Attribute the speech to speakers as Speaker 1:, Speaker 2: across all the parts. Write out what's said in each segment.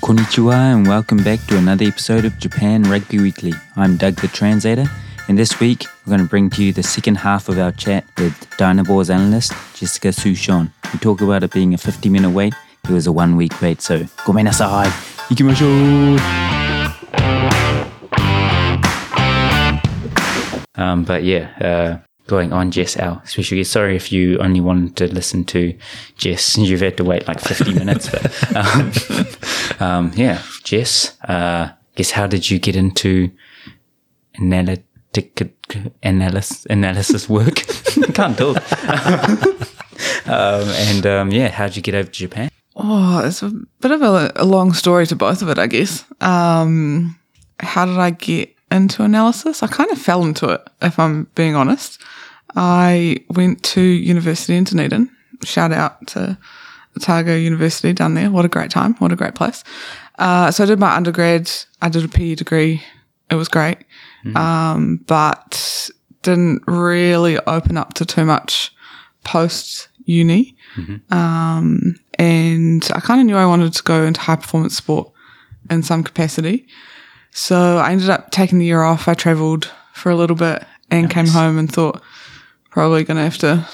Speaker 1: Konnichiwa and welcome back to another episode of Japan Rugby Weekly. I'm Doug the Translator, and this week we're going to bring to you the second half of our chat with Dynabor's analyst, Jessica Sushon. We talk about it being a 50 minute wait, it was a one week wait, so gomenasai, ikimashou! Um, but yeah, uh, going on Jess, our special guest. Sorry if you only wanted to listen to Jess, you've had to wait like 50 minutes, but um, um, yeah, Jess, uh, guess how did you get into analytic analysis analysis work? Can't talk. um, and um, yeah, how'd you get over to Japan?
Speaker 2: Oh, it's a bit of a, a long story to both of it, I guess. Um, how did I get into analysis? I kind of fell into it, if I'm being honest. I went to university in Dunedin. Shout out to Otago University down there. What a great time. What a great place. Uh, so I did my undergrad. I did a PE degree. It was great. Um, but didn't really open up to too much post uni and I kind of knew I wanted to go into high performance sport in some capacity. So I ended up taking the year off. I traveled for a little bit and came home and thought probably going to have to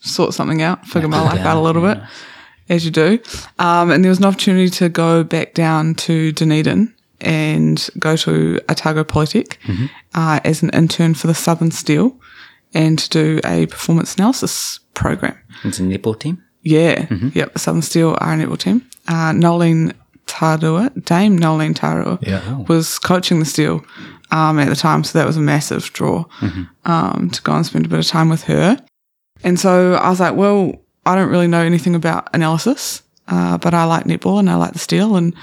Speaker 2: sort something out, figure my life out a little bit, as you do. Um, and there was an opportunity to go back down to Dunedin and go to Otago Polytech uh, as an intern for the Southern Steel and to do a performance analysis program.
Speaker 1: It's a netball team.
Speaker 2: Yeah. Yep. Southern Steel are a netball team. Uh, Nolene Tarua, Dame Nolene Tarua,
Speaker 3: Yeah.
Speaker 2: was coaching the Steel um, at the time. So that was a massive draw um, to go and spend a bit of time with her. And so I was like, well, I don't really know anything about analysis, uh, but I like netball and I like the Steel. And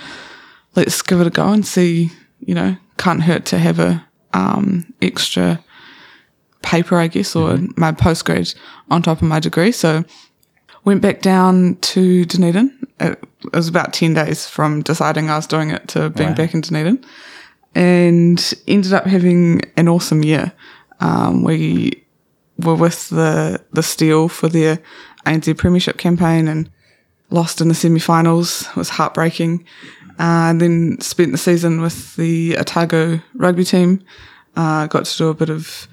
Speaker 2: let's give it a go and see, you know, can't hurt to have a um, extra paper, I guess, or my postgrad on top of my degree. So went back down to Dunedin. It, it was about 10 days from deciding I was doing it to being back in Dunedin and ended up having an awesome year. Um, we were with the, the Steel for their ANZ Premiership campaign and lost in the semi-finals. It was heartbreaking. Uh, and then spent the season with the Otago rugby team. Uh, got to do a bit of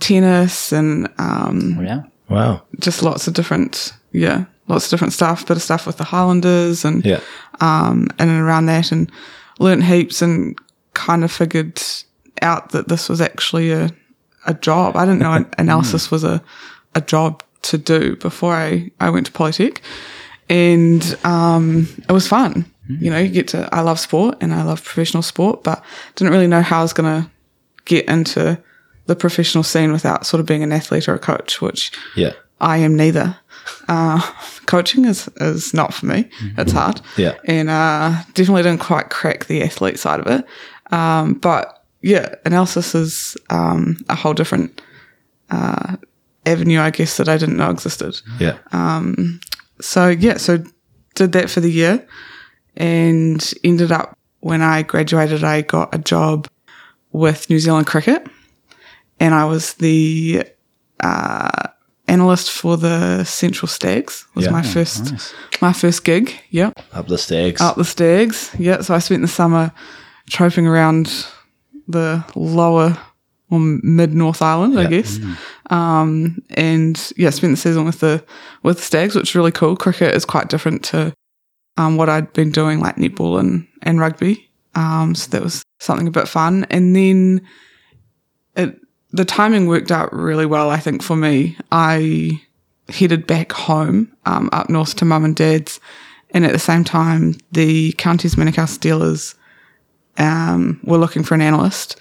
Speaker 2: tennis and um,
Speaker 1: Yeah.
Speaker 3: Wow.
Speaker 2: just lots of different, yeah, lots of different stuff. Bit of stuff with the Highlanders and
Speaker 3: Yeah.
Speaker 2: um, in and around that, and learnt heaps and kind of figured out that this was actually a a job. I didn't know an analysis was a a job to do before I I went to Polytech, and um, it was fun. You know, you get to. I love sport and I love professional sport, but didn't really know how I was gonna get into the professional scene without sort of being an athlete or a coach, which
Speaker 3: Yeah.
Speaker 2: I am neither. Uh, coaching is, is not for me. It's hard.
Speaker 3: Yeah.
Speaker 2: And uh, definitely didn't quite crack the athlete side of it. Um, but yeah, analysis is um, a whole different uh, avenue, I guess, that I didn't know existed.
Speaker 3: Yeah.
Speaker 2: So yeah, so did that for the year and ended up when I graduated, I got a job with New Zealand Cricket and I was the uh, analyst for the Central Stags was
Speaker 3: Yeah.
Speaker 2: my first my first gig. Yep.
Speaker 3: Up the stags.
Speaker 2: Up the Stags. Yeah. So I spent the summer troping around the lower or mid North Island, I
Speaker 3: Yeah.
Speaker 2: guess. Um, and yeah, spent the season with the with the Stags, which is really cool. Cricket is quite different to um, what I'd been doing, like netball and and rugby. Um, so that was something a bit fun. And then it the timing worked out really well, I think, for me. I headed back home um, up north to mum and dad's. And at the same time, the county's Manukau Steelers um, were looking for an analyst.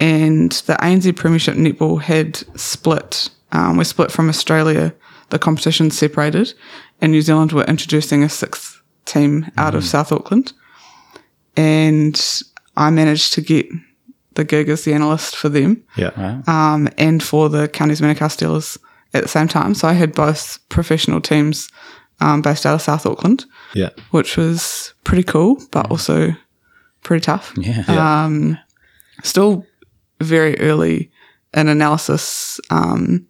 Speaker 2: And the ANZ Premiership Netball had split. Um, we're split from Australia. The competition separated. And New Zealand were introducing a sixth team out of South Auckland. And I managed to get the gig as the analyst for them
Speaker 3: yeah.
Speaker 2: um, and for the county's Manukau Steelers at the same time. So I had both professional teams um, based out of South Auckland,
Speaker 3: Yeah.
Speaker 2: which was pretty cool, but also pretty tough.
Speaker 1: Yeah.
Speaker 2: Still very early in analysis um,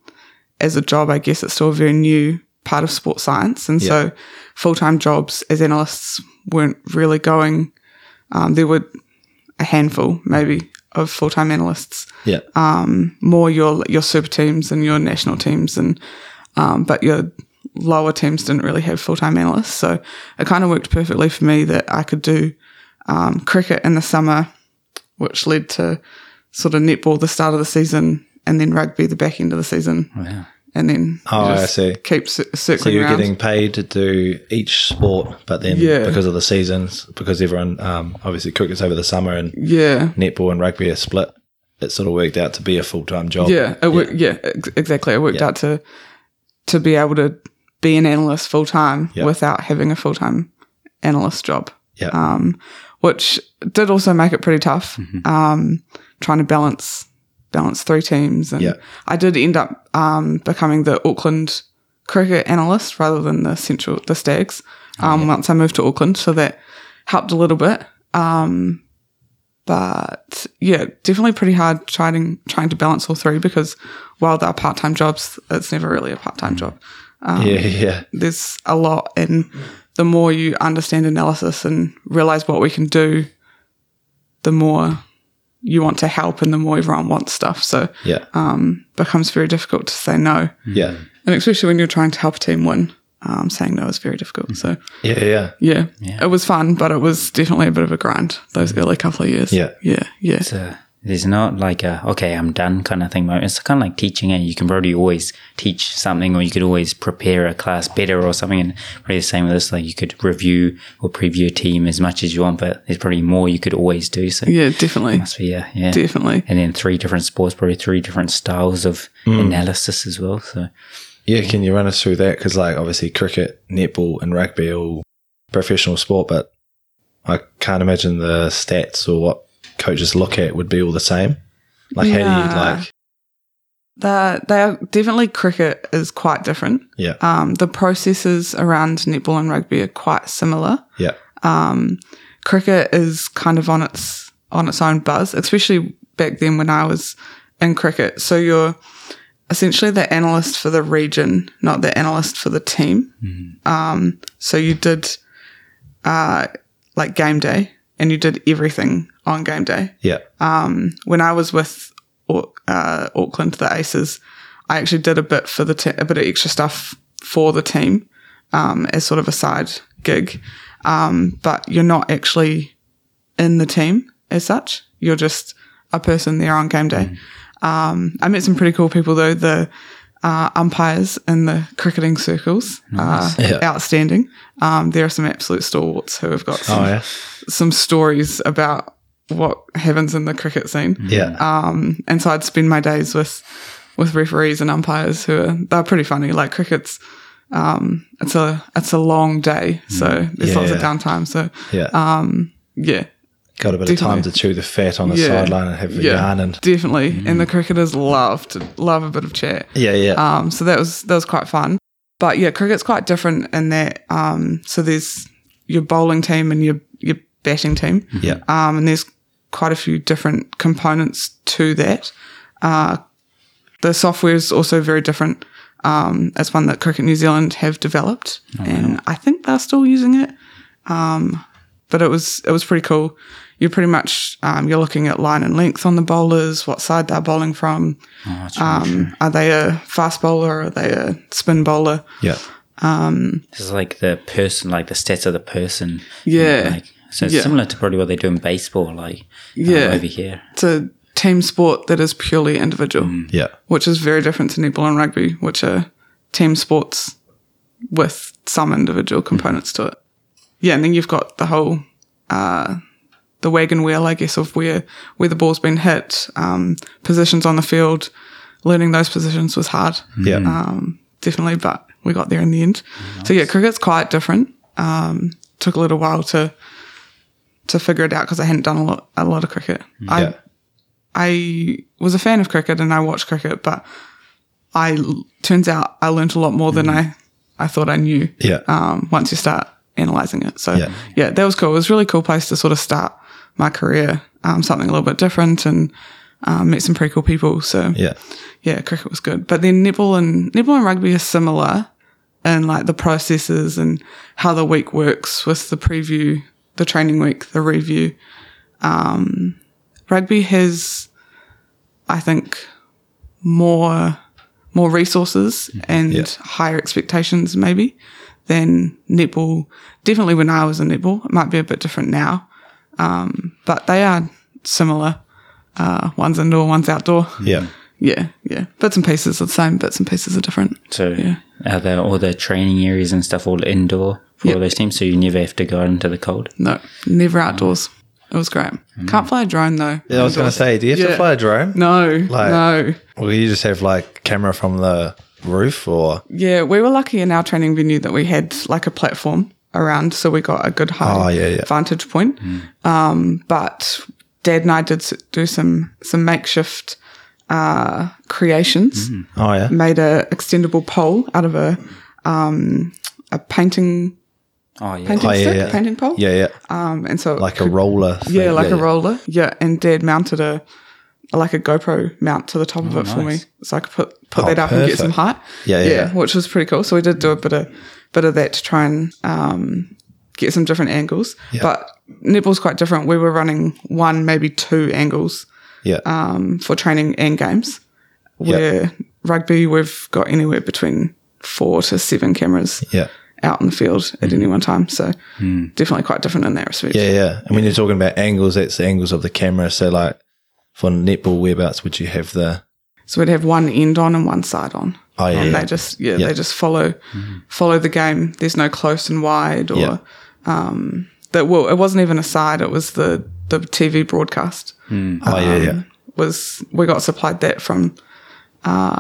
Speaker 2: as a job, I guess it's still a very new part of sports science. And so full time jobs as analysts weren't really going Um, there were a handful, maybe, of full time analysts.
Speaker 3: Yeah.
Speaker 2: Uh, More your your super teams and your national teams, and um, but your lower teams didn't really have full time analysts. So it kind of worked perfectly for me that I could do um, cricket in the summer, which led to sort of netball the start of the season, and then rugby the back end of the season,
Speaker 1: Wow.
Speaker 2: and then
Speaker 3: Oh,
Speaker 2: you
Speaker 3: I
Speaker 2: just
Speaker 3: see.
Speaker 2: Keep cir- circling
Speaker 3: So you were
Speaker 2: around.
Speaker 3: getting paid to do each sport, but then
Speaker 2: Yeah.
Speaker 3: because of the seasons, because everyone um, obviously cricket's over the summer and
Speaker 2: yeah,
Speaker 3: netball and rugby are split, it sort of worked out to be a full time job.
Speaker 2: Yeah, it worked. Yeah, ex- exactly. It worked
Speaker 3: Yeah.
Speaker 2: out to to be able to be an analyst full time
Speaker 3: Yeah.
Speaker 2: without having a full time analyst job,
Speaker 3: Yeah.
Speaker 2: um, which did also make it pretty tough. Um, trying to balance balance three teams, and
Speaker 3: Yeah.
Speaker 2: I did end up um, becoming the Auckland cricket analyst rather than the central the Stags. Um, Once I moved to Auckland, so that helped a little bit. Um, but yeah, definitely pretty hard trying trying to balance all three because while they're part time jobs, it's never really a part time job. um,
Speaker 3: yeah. Yeah.
Speaker 2: There's a lot, and the more you understand analysis and realize what we can do, the more you want to help, and the more everyone wants stuff. So
Speaker 3: Yeah.
Speaker 2: um, becomes very difficult to say no,
Speaker 3: yeah.
Speaker 2: and especially when you're trying to help a team win, um, saying no is very difficult. So
Speaker 3: Yeah. Yeah.
Speaker 2: yeah, it was fun, but it was definitely a bit of a grind those early couple of years.
Speaker 3: Yeah.
Speaker 2: yeah, yeah.
Speaker 1: So there's not like a okay, I'm done kind of thing. moment. It's kind of like teaching, and you can probably always teach something, or you could always prepare a class better or something. And probably the same with this, like you could review or preview a team as much as you want, but there's probably more you could always do. So
Speaker 2: Yeah, definitely.
Speaker 1: must be yeah, yeah.
Speaker 2: Definitely.
Speaker 1: And then three different sports, probably three different styles of
Speaker 2: Mm.
Speaker 1: analysis as well. So
Speaker 3: Yeah, can you run us through that? Because, like, obviously, cricket, netball, and rugby are all professional sport, but I can't imagine the stats or what coaches look at would be all the same. Like, how do you
Speaker 2: Yeah.
Speaker 3: like?
Speaker 2: They're, they're definitely cricket is quite different.
Speaker 3: Yeah,
Speaker 2: Um, the processes around netball and rugby are quite similar.
Speaker 3: yeah,
Speaker 2: Um, cricket is kind of on its on its own buzz, especially back then when I was in cricket. So you're essentially the analyst for the region, not the analyst for the team. Um, so you did uh, like game day, and you did everything on game day.
Speaker 3: yeah,
Speaker 2: Um, when I was with Au- uh, Auckland, the Aces, I actually did a bit for the te- a bit of extra stuff for the team um, as sort of a side gig. Um, but you're not actually in the team as such. You're just a person there on game day. Um, I met some pretty cool people though. The uh, umpires in the cricketing circles, uh,
Speaker 3: Yeah.
Speaker 2: outstanding. Um, there are some absolute stalwarts who have got some,
Speaker 3: oh, yeah,
Speaker 2: some stories about what happens in the cricket scene
Speaker 3: yeah,
Speaker 2: um, and so I'd spend my days with with referees and umpires who are they're pretty funny. Like cricket's um, it's a it's a long day, so there's lots of
Speaker 3: Yeah.
Speaker 2: downtime. So
Speaker 3: yeah.
Speaker 2: yeah,
Speaker 3: Got a bit of time to chew the fat on the
Speaker 2: yeah,
Speaker 3: sideline and have a yarn and
Speaker 2: definitely. And the cricketers love to love a bit of chat.
Speaker 3: yeah, yeah,
Speaker 2: Um, so that was that was quite fun. But yeah, cricket's quite different in that. Um, so there's your bowling team and your your batting team.
Speaker 3: yeah,
Speaker 2: um, and there's quite a few different components to that. Uh, the software is also very different. Um, it's one that Cricket New Zealand have developed, and I think they're still using it. Um, but it was it was pretty cool. You're pretty much um, you're looking at line and length on the bowlers, what side they're bowling from. Um, are they a fast bowler? Are they a spin bowler?
Speaker 3: yeah,
Speaker 1: this is like the person, like the stats of the person.
Speaker 2: Yeah.
Speaker 1: Like, so it's
Speaker 2: Yeah.
Speaker 1: similar to probably what they do in baseball, like um,
Speaker 2: Yeah.
Speaker 1: over here.
Speaker 2: It's a team sport that is purely individual.
Speaker 3: yeah,
Speaker 2: which is very different to netball and rugby, which are team sports with some individual components to it. Yeah, and then you've got the whole uh, the wagon wheel, I guess, of where where the ball's been hit, um, positions on the field. Learning those positions was hard,
Speaker 3: yeah,
Speaker 2: um, definitely, but we got there in the end. So yeah, cricket's quite different. Um, took a little while to to figure it out because I hadn't done a lot a lot of cricket. I
Speaker 3: yeah,
Speaker 2: I was a fan of cricket and I watched cricket, but I turns out I learnt a lot more than I I thought I knew.
Speaker 3: yeah,
Speaker 2: Um, once you start analyzing it, so
Speaker 3: Yeah.
Speaker 2: yeah. that was cool. It was a really cool place to sort of start my career, um, something a little bit different, and um, met some pretty cool people. So
Speaker 3: yeah,
Speaker 2: yeah, cricket was good. But then netball and netball and rugby are similar in like the processes and how the week works with the preview the training week, the review. Um, rugby has, I think, more more resources and
Speaker 3: Mm-hmm. Yeah.
Speaker 2: higher expectations maybe than netball. Definitely when I was in netball, it might be a bit different now, um, but they are similar. Uh, one's indoor, one's outdoor.
Speaker 3: Yeah.
Speaker 2: Yeah, yeah. Bits and pieces are the same. Bits and pieces are different.
Speaker 1: So
Speaker 2: Yeah.
Speaker 1: are there all the training areas and stuff all indoor for all
Speaker 2: Yep.
Speaker 1: those teams? So you never have to go out into the cold.
Speaker 2: No, never outdoors. It was great. Can't fly a drone though.
Speaker 3: Mm. Yeah, I was going
Speaker 2: Indoors.
Speaker 3: to say, do you have to
Speaker 2: Yeah.
Speaker 3: fly a drone?
Speaker 2: No,
Speaker 3: Like-
Speaker 2: no.
Speaker 3: Or you just have like camera from the roof or
Speaker 2: Yeah, we were lucky in our training venue that we had like a platform around, so we got a good high
Speaker 3: Oh, yeah, yeah. Mm.
Speaker 2: vantage point. Um, but Dad and I did s- do some some makeshift uh, creations.
Speaker 3: oh yeah.
Speaker 2: Made a extendable pole out of a um, a painting
Speaker 1: Oh yeah.
Speaker 2: painting
Speaker 3: Oh, yeah,
Speaker 2: stick,
Speaker 3: yeah.
Speaker 2: painting pole.
Speaker 3: Yeah, yeah.
Speaker 2: Um, and so
Speaker 3: Like a roller.
Speaker 2: Yeah,
Speaker 3: thing.
Speaker 2: like a roller. Yeah, and Dad mounted a like a GoPro mount to the top of it for me,
Speaker 1: nice.
Speaker 2: so I could put put
Speaker 3: Oh,
Speaker 2: that up and get some
Speaker 3: perfect.
Speaker 2: height.
Speaker 3: Yeah, yeah, yeah.
Speaker 2: which was pretty cool. So we did do a bit of bit of that to try and um, get some different angles. But nibble's quite different. We were running one, maybe two angles
Speaker 3: Yeah.
Speaker 2: um, for training and games. Where rugby, we've got anywhere between four to seven cameras
Speaker 3: yeah. Mm-hmm. Mm.
Speaker 2: out in the field at any one time. So definitely quite different in that respect.
Speaker 3: Yeah, yeah. And when you're talking about angles, that's the angles of the camera. So, like for netball, whereabouts would you have the?
Speaker 2: So we'd have one end on and one side on.
Speaker 3: Oh yeah,
Speaker 2: And
Speaker 3: yeah.
Speaker 2: they just yeah,
Speaker 3: Yeah.
Speaker 2: they just follow follow the game. There's no close and wide or
Speaker 3: Yeah.
Speaker 2: um that well it wasn't even a side, it was the the TV broadcast. Ah.
Speaker 3: oh yeah, yeah.
Speaker 2: Was we got supplied that from uh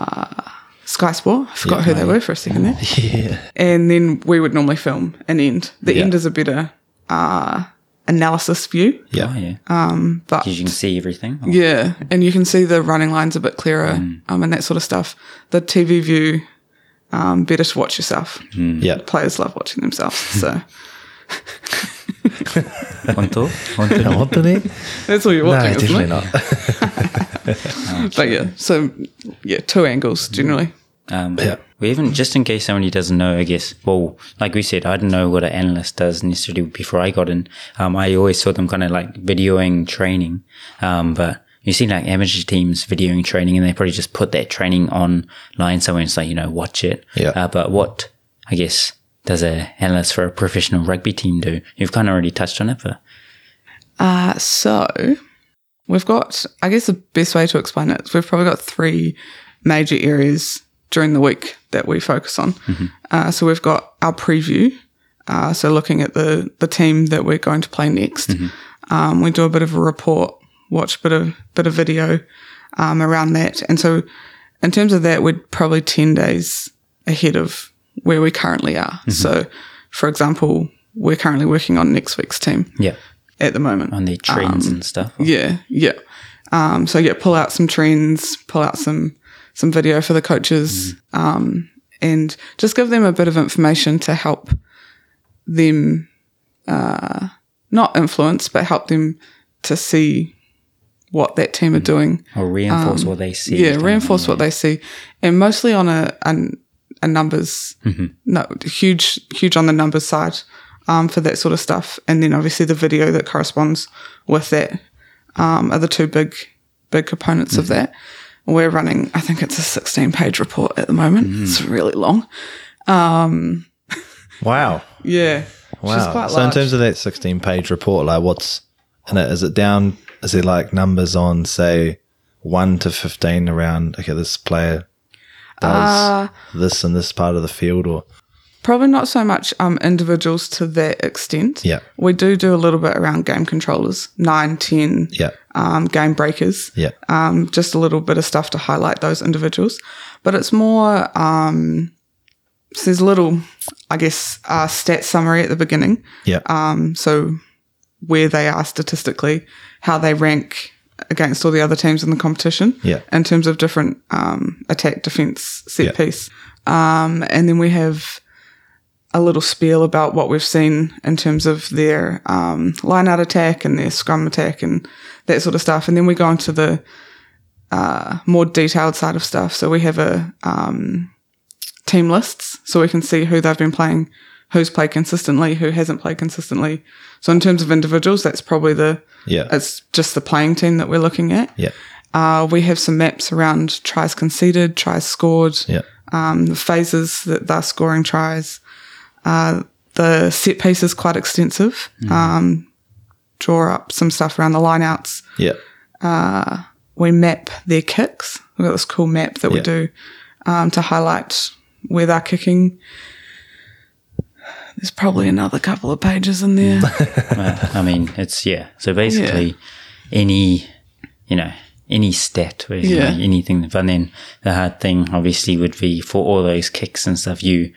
Speaker 2: Sky Sport. I forgot who they were for a second there.
Speaker 3: Yeah,
Speaker 2: And then we would normally film an end. The end is a better uh analysis view.
Speaker 1: Oh yeah.
Speaker 2: Um, But
Speaker 1: 'Cause you can see everything. Oh,
Speaker 2: Yeah, and you can see the running lines a bit clearer
Speaker 3: Mm.
Speaker 2: um, and that sort of stuff. The TV view, um, better to watch yourself.
Speaker 3: yeah.
Speaker 2: Players love watching themselves. So
Speaker 1: Contour. Contour.
Speaker 3: I want the net.
Speaker 2: that's all you're
Speaker 3: No,
Speaker 2: watching, isn't
Speaker 3: definitely
Speaker 2: it?
Speaker 3: not.
Speaker 2: But yeah, so yeah, two angles generally.
Speaker 1: Um, We haven't, just in case somebody doesn't know, I guess, well, like we said, I didn't know what an analyst does necessarily before I got in. Um, I always saw them kind of like videoing training. Um, but you see like amateur teams videoing training and they probably just put that training online somewhere and say, you know, watch it.
Speaker 3: Yeah.
Speaker 1: Uh, but what, I guess, does a analyst for a professional rugby team do? You've kind of already touched on it, but
Speaker 2: Uh, so we've got, I guess the best way to explain it, is we've probably got three major areas during the week that we focus on. Uh, so we've got our preview. Uh, so looking at the, the team that we're going to play next. Um, we do a bit of a report, watch a bit of, bit of video um, around that. And so in terms of that, we're probably 10 days ahead of where we currently are. So for example, we're currently working on next week's team
Speaker 1: yeah,
Speaker 2: at the moment.
Speaker 1: on their trends and stuff.
Speaker 2: Yeah, yeah. Um, so yeah, pull out some trends, pull out some some video for the coaches, um, and just give them a bit of information to help them uh, not influence, but help them to see what that team are doing.
Speaker 1: Or reinforce what they see.
Speaker 2: Yeah, reinforce what they see, and mostly on a a, a numbers
Speaker 3: Mm-hmm.
Speaker 2: no huge huge on the numbers side um, for that sort of stuff, and then obviously the video that corresponds with that um, are the two big big components
Speaker 3: Mm-hmm.
Speaker 2: of that. We're running, I think it's a sixteen page report at the moment.
Speaker 3: Mm-hmm.
Speaker 2: It's really long.
Speaker 3: Wow,
Speaker 2: Yeah,
Speaker 3: wow. so, in terms of that 16-page report, like what's in it? Is it down? Is it like numbers on say one to fifteen around? Okay, this player
Speaker 2: Ah.
Speaker 3: does this in this part of the field, or
Speaker 2: Probably not so much um, individuals to that extent.
Speaker 3: Yeah.
Speaker 2: We do do a little bit around game controllers, 9, 10,
Speaker 3: yeah,
Speaker 2: um, game breakers.
Speaker 3: yeah,
Speaker 2: um, just a little bit of stuff to highlight those individuals. But it's more, um, so there's a little, I guess, uh, stat summary at the beginning.
Speaker 3: yeah,
Speaker 2: Um, so where they are statistically, how they rank against all the other teams in the competition
Speaker 3: Yeah.
Speaker 2: in terms of different um, attack, defense, set
Speaker 3: Yeah.
Speaker 2: piece. Um, and then we have a little spiel about what we've seen in terms of their um, line out attack and their scrum attack and that sort of stuff. And then we go into the uh, more detailed side of stuff. So we have a um, team lists so we can see who they've been playing who's played consistently, who hasn't played consistently. So in terms of individuals, that's probably the
Speaker 3: Yeah.
Speaker 2: it's just the playing team that we're looking at.
Speaker 3: Yeah.
Speaker 2: Uh, we have some maps around tries conceded, tries scored,
Speaker 3: Yeah.
Speaker 2: um, the phases that they're scoring tries. Uh, the set piece is quite extensive. Um, draw up some stuff around the lineouts.
Speaker 3: Yeah.
Speaker 2: We map their kicks. We've got this cool map that we
Speaker 3: Yeah.
Speaker 2: do um, to highlight where they're kicking. There's probably another couple of pages in there.
Speaker 1: I mean, it's yeah. So basically, any you know any stat, basically,
Speaker 2: Yeah.
Speaker 1: anything. But then the hard thing, obviously, would be for all those kicks and stuff. You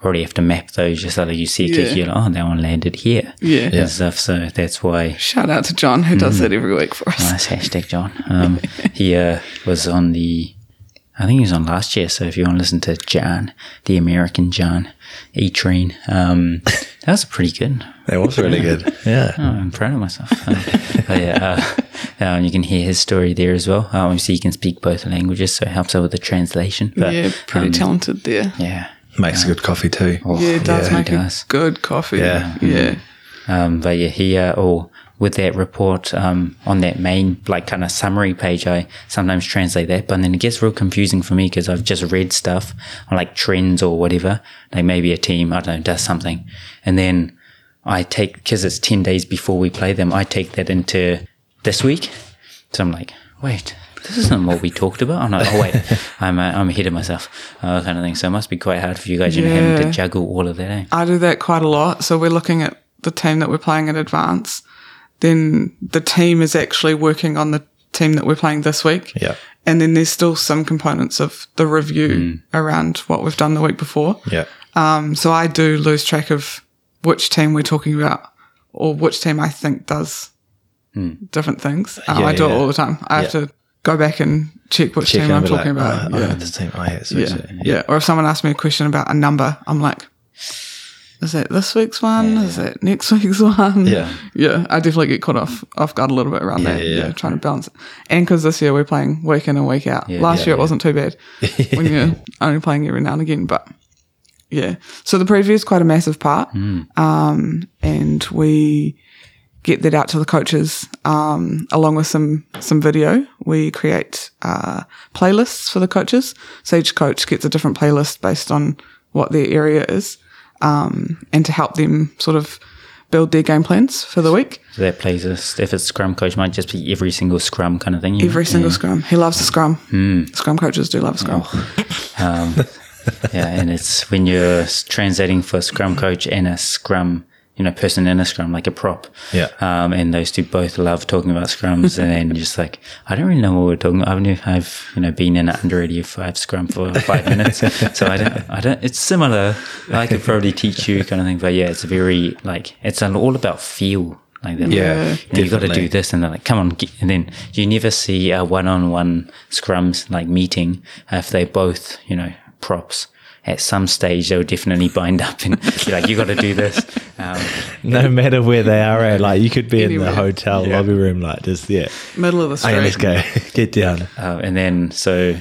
Speaker 1: probably have to map those just so that you see a
Speaker 2: Yeah.
Speaker 1: kick. You're like, oh, that one landed here.
Speaker 2: Yeah.
Speaker 1: and stuff. So that's why.
Speaker 2: Shout out to John who does that every week for us.
Speaker 1: Nice hashtag, John. Um, he uh, was on the, I think he was on last year. So if you want to listen to John, the American John E Train, um, that was pretty good.
Speaker 3: That was really good. Yeah.
Speaker 1: Oh, I'm proud of myself. Um, but yeah, uh, um, you can hear his story there as well. Um, obviously, he can speak both languages, so it helps out with the translation. But
Speaker 2: yeah, pretty
Speaker 1: Um,
Speaker 2: talented there.
Speaker 1: yeah,
Speaker 3: Makes a good coffee too.
Speaker 2: Yeah, it does
Speaker 1: he
Speaker 2: make a
Speaker 1: does.
Speaker 2: good coffee.
Speaker 3: Yeah.
Speaker 2: Yeah.
Speaker 1: Um, but yeah, he uh, or with that report um, on that main like kind of summary page, I sometimes translate that, but then it gets real confusing for me because I've just read stuff on like trends or whatever. Like maybe a team I don't know does something, and then I take because it's ten days before we play them. I take that into this week, so I'm like, wait. This isn't what we talked about. I'm like, oh wait, I'm uh, I'm ahead of myself, uh, kind of thing. So it must be quite hard for you guys, you know, having to
Speaker 2: Yeah.
Speaker 1: juggle all of that. Eh?
Speaker 2: I do that quite a lot. So we're looking at the team that we're playing in advance. Then the team is actually working on the team that we're playing this week.
Speaker 3: Yeah.
Speaker 2: And then there's still some components of the review
Speaker 3: Mm.
Speaker 2: around what we've done the week before.
Speaker 3: Yeah.
Speaker 2: Um, so I do lose track of which team we're talking about or which team I think does different things. Uh,
Speaker 3: Mm. Yeah,
Speaker 2: I do
Speaker 3: yeah.
Speaker 2: it all the time. I have
Speaker 3: Yeah.
Speaker 2: to go back and check which
Speaker 3: Check
Speaker 2: team I'm
Speaker 3: over, like,
Speaker 2: talking about.
Speaker 3: oh,
Speaker 2: yeah.
Speaker 3: oh, this team. Oh, yeah. So,
Speaker 2: yeah.
Speaker 3: so-
Speaker 2: yeah. Or if someone asks me a question about a number, I'm like, is that this week's one? Is that next week's one?
Speaker 3: Yeah.
Speaker 2: Yeah. I definitely get caught off off guard a little bit around
Speaker 3: Yeah,
Speaker 2: that.
Speaker 3: yeah,
Speaker 2: Yeah,
Speaker 3: yeah.
Speaker 2: Trying to balance it. And because this year we're playing week in and week out.
Speaker 1: Yeah,
Speaker 2: Last
Speaker 1: yeah,
Speaker 2: year it wasn't too bad when you're only playing every now and again. But yeah. So the preview is quite a massive part. Um, and we get that out to the coaches um, along with some some video. We create uh, playlists for the coaches, so each coach gets a different playlist based on what their area is, um, and to help them sort of build their game plans for the week.
Speaker 1: So that plays us. If it's Scrum coach, might just be every single Scrum kind of thing. you know?
Speaker 2: Every single scrum, he loves the scrum. Scrum coaches do love scrum.
Speaker 1: Um, yeah, and it's when you're s- translating for a Scrum coach and a Scrum, you know, person in a Scrum, like a prop.
Speaker 3: Yeah.
Speaker 1: Um, and those two both love talking about Scrums, and then just like I don't really know what we're talking. about. I've knew- I've you know been in an under eighty five Scrum for five minutes, so I don't. I don't. It's similar. I could probably teach you kind of thing, but yeah, it's very like it's an- all about feel. Like that.
Speaker 3: Yeah,
Speaker 1: You know, you got to do
Speaker 3: definitely.
Speaker 1: this and they're like come on get, and then you never see a one-on-one scrums like meeting if they both you know props at some stage they'll definitely bind up and be like you got to do this um,
Speaker 4: No matter where they are
Speaker 3: eh,
Speaker 4: at, like you could be in
Speaker 2: Anywhere.
Speaker 4: the hotel lobby room, like just yeah.
Speaker 2: Middle of the
Speaker 4: Hey, let's go,
Speaker 2: street.
Speaker 4: get down.
Speaker 1: uh, and then so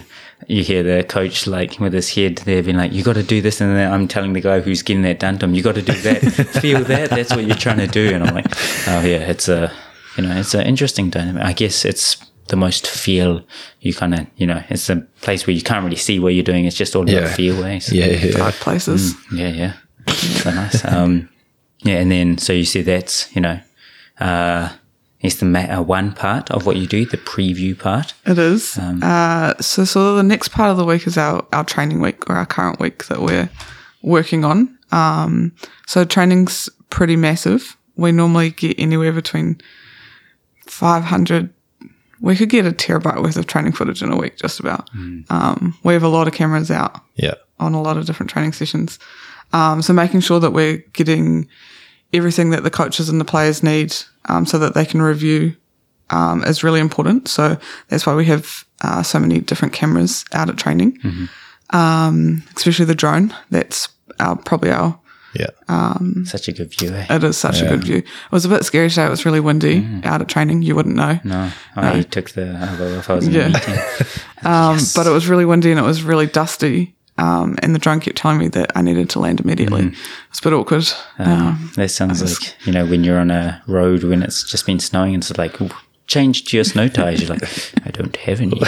Speaker 1: you hear the coach like with his head there being like you got to do this and then I'm telling the guy who's getting that done to him you got to do that feel that that's what you're trying to do and I'm like oh yeah it's a you know it's an interesting dynamic I guess it's the most feel you kind of you know it's a place where you can't really see what you're doing it's just all about
Speaker 3: Yeah.
Speaker 1: feel ways
Speaker 3: Yeah. Yeah.
Speaker 2: Dark places.
Speaker 1: yeah, yeah. So nice. Um, yeah, and then so you see that's you know, uh, it's the ma- uh, one part of what you do, the preview part.
Speaker 2: It is. uh, so, so the next part of the week is our, our training week or our current week that we're working on. Um, so training's pretty massive. We normally get anywhere between 500. We could get a terabyte worth of training footage in a week, just about. Um, we have a lot of cameras out
Speaker 3: Yeah.
Speaker 2: on a lot of different training sessions. Um, so making sure that we're getting everything that the coaches and the players need um, so that they can review um, is really important. So that's why we have uh, so many different cameras out at training, um, especially the drone. That's our, probably our.
Speaker 3: Yeah.
Speaker 2: Um,
Speaker 1: Such a good view. Eh?
Speaker 2: It is such a good view. It was a bit scary today. It was really windy out at training. You wouldn't know.
Speaker 1: No, I took the. I don't know if I was in a
Speaker 2: Yeah.
Speaker 1: meeting.
Speaker 2: Um, But it was really windy and it was really dusty. Um, and the drone kept telling me that I needed to land immediately. It's a bit awkward. Um,
Speaker 1: That sounds like you know when you're on a road when it's just been snowing and it's like "Ooh, change to your snow tires. You're like, I don't have any.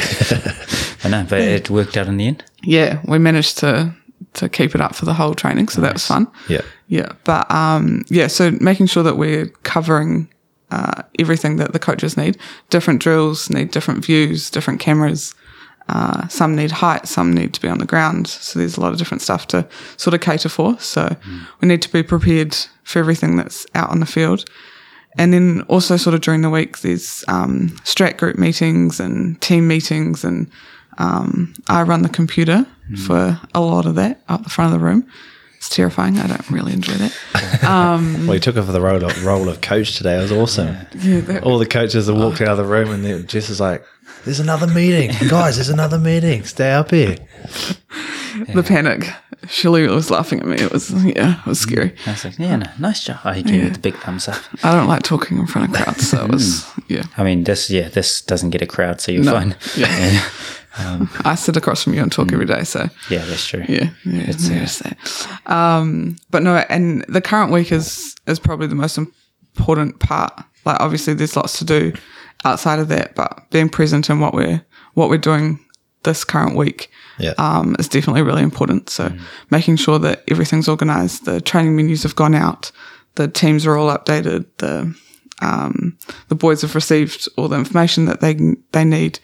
Speaker 1: I know, but it worked out in the end.
Speaker 2: yeah, we managed to to keep it up for the whole training, so that was fun.
Speaker 3: Yeah.
Speaker 2: Yeah, but um, yeah, so making sure that we're covering uh, everything that the coaches need. Different drills need different views, different cameras. Uh, some need height, some need to be on the ground. So there's a lot of different stuff to sort of cater for. So we need to be prepared for everything that's out on the field. And then also sort of during the week, there's um, strat group meetings and team meetings, and um, I run the computer for a lot of that up the front of the room. It's terrifying. I don't really enjoy that.
Speaker 3: Well, you took over the role of, role of coach today. It was awesome. All the coaches have walked out of the room, and then Jess is like, "There's another meeting, guys. There's another meeting. Stay up here."
Speaker 2: The panic. Shirley was laughing at me. It was yeah, it was scary.
Speaker 1: I was like, yeah, no, nice job. I gave it the big thumbs up.
Speaker 2: I don't like talking in front of crowds, so it was yeah.
Speaker 1: I mean, this yeah, this doesn't get a crowd, so you're
Speaker 2: No.
Speaker 1: fine.
Speaker 2: Yeah. Um, I sit across from you and talk every day, so
Speaker 1: Yeah, that's true.
Speaker 2: yeah, yeah, it's uh, that. Um, but no, and the current week is is probably the most important part. Like, obviously, there's lots to do outside of that, but being present in what we're what we're doing this current week
Speaker 3: Yeah.
Speaker 2: um, is definitely really important. So, making sure that everything's organised, the training menus have gone out, the teams are all updated, the um, the boys have received all the information that they they need.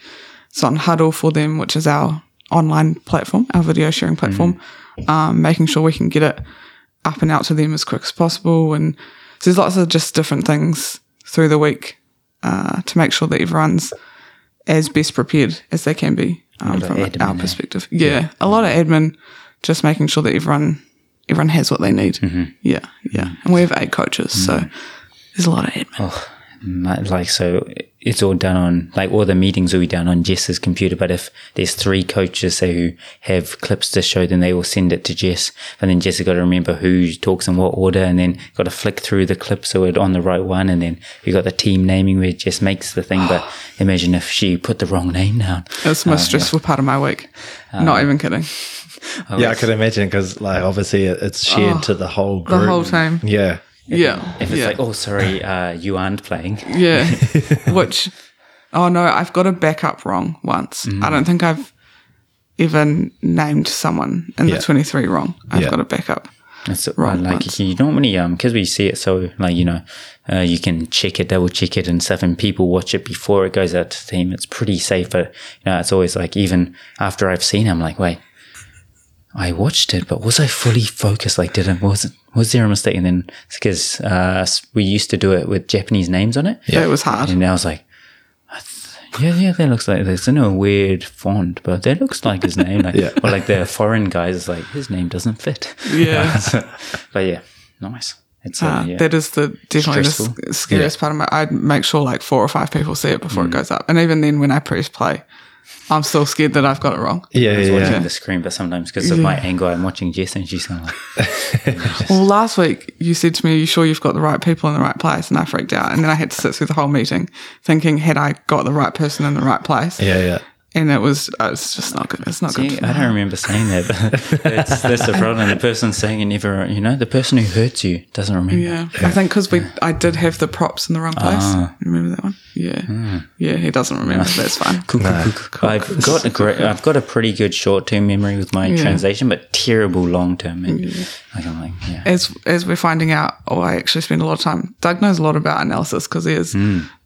Speaker 2: It's on Huddle for them, which is our online platform, our video sharing platform. Um, making sure we can get it up and out to them as quick as possible, and so there's lots of just different things through the week uh, to make sure that everyone's as best prepared as they can be um,
Speaker 1: of
Speaker 2: from
Speaker 1: admin,
Speaker 2: our
Speaker 1: eh?
Speaker 2: perspective. Yeah, a lot of admin, just making sure that everyone everyone has what they need.
Speaker 1: Mm-hmm.
Speaker 2: Yeah, yeah, and we have eight coaches, so there's a lot of admin.
Speaker 1: My- Like so, it's all done on like all the meetings will be done on Jess's computer. But if there's three coaches say who have clips to show, then they will send it to Jess, and then Jess has got to remember who talks in what order, and then got to flick through the clip so it on the right one, and then you got the team naming where Jess makes the thing. But imagine if she put the wrong name down.
Speaker 2: It's the most stressful part of my week.
Speaker 1: Uh,
Speaker 2: Not even kidding.
Speaker 3: yeah, I could imagine because, like, obviously, it, it's shared to the whole
Speaker 2: Oh, The
Speaker 3: group.
Speaker 2: whole time.
Speaker 3: Yeah.
Speaker 2: Yeah.
Speaker 1: If it's
Speaker 2: yeah.
Speaker 1: like, oh, sorry, uh, you aren't playing.
Speaker 2: Yeah. Which, oh no, I've got a backup wrong once. I don't think I've even named someone in
Speaker 3: Yeah.
Speaker 2: the 23 wrong. I've
Speaker 3: Yeah.
Speaker 2: got a backup.
Speaker 1: It's
Speaker 2: Right,
Speaker 1: right, like
Speaker 2: once.
Speaker 1: you normally um because we see it so like you know uh, you can check it, double check it, and stuff, and people watch it before it goes out to the team. It's pretty safe, but you know it's always like even after I've seen, it, I'm like, wait, I watched it, but was I fully focused? Like, did I was it was there a mistake? And then because uh, we used to do it with Japanese names on it,
Speaker 2: It was hard.
Speaker 1: and I was like, I th- yeah, yeah, that looks like it's in a weird font, but that looks like his name. Like,
Speaker 3: Yeah.
Speaker 1: Or like the foreign guys is like, his name doesn't fit.
Speaker 2: Yeah.
Speaker 1: but yeah, nice. It's uh,
Speaker 2: Uh,
Speaker 1: yeah.
Speaker 2: That is the definitely the
Speaker 1: Stressful.
Speaker 2: s- scariest part of my. I'd make sure like four or five people see it before it goes up, and even then, when I press play, I'm still scared that I've got it wrong.
Speaker 3: Yeah.
Speaker 1: I was
Speaker 3: Yeah.
Speaker 1: watching
Speaker 3: yeah.
Speaker 1: the screen, but sometimes because of my angle, I'm watching Jess and she's kind of like,
Speaker 2: Well, last week you said to me, "Are you sure you've got the right people in the right place?" And I freaked out, and then I had to sit through the whole meeting thinking, "Had I got the right person in the right place?"
Speaker 3: Yeah. Yeah.
Speaker 2: and it was uh, it's just not good. It's not
Speaker 1: "See,
Speaker 2: good.
Speaker 1: I don't remember saying that. But that's, that's the problem. The person saying it never, you know, the person who hurts you doesn't remember.
Speaker 2: Yeah, I think because we I did have the props in the wrong place.
Speaker 1: Ah.
Speaker 2: Remember that one? Yeah,
Speaker 1: Hmm.
Speaker 2: yeah. He doesn't remember. That's fine.
Speaker 1: Cool, cool, cool, cool, cool. I've got a great, I've got a pretty good short term memory with my translation, but terrible long term. And Like I'm like, yeah.
Speaker 2: As as we're finding out, oh, I actually spend a lot of time. Doug knows a lot about analysis because he is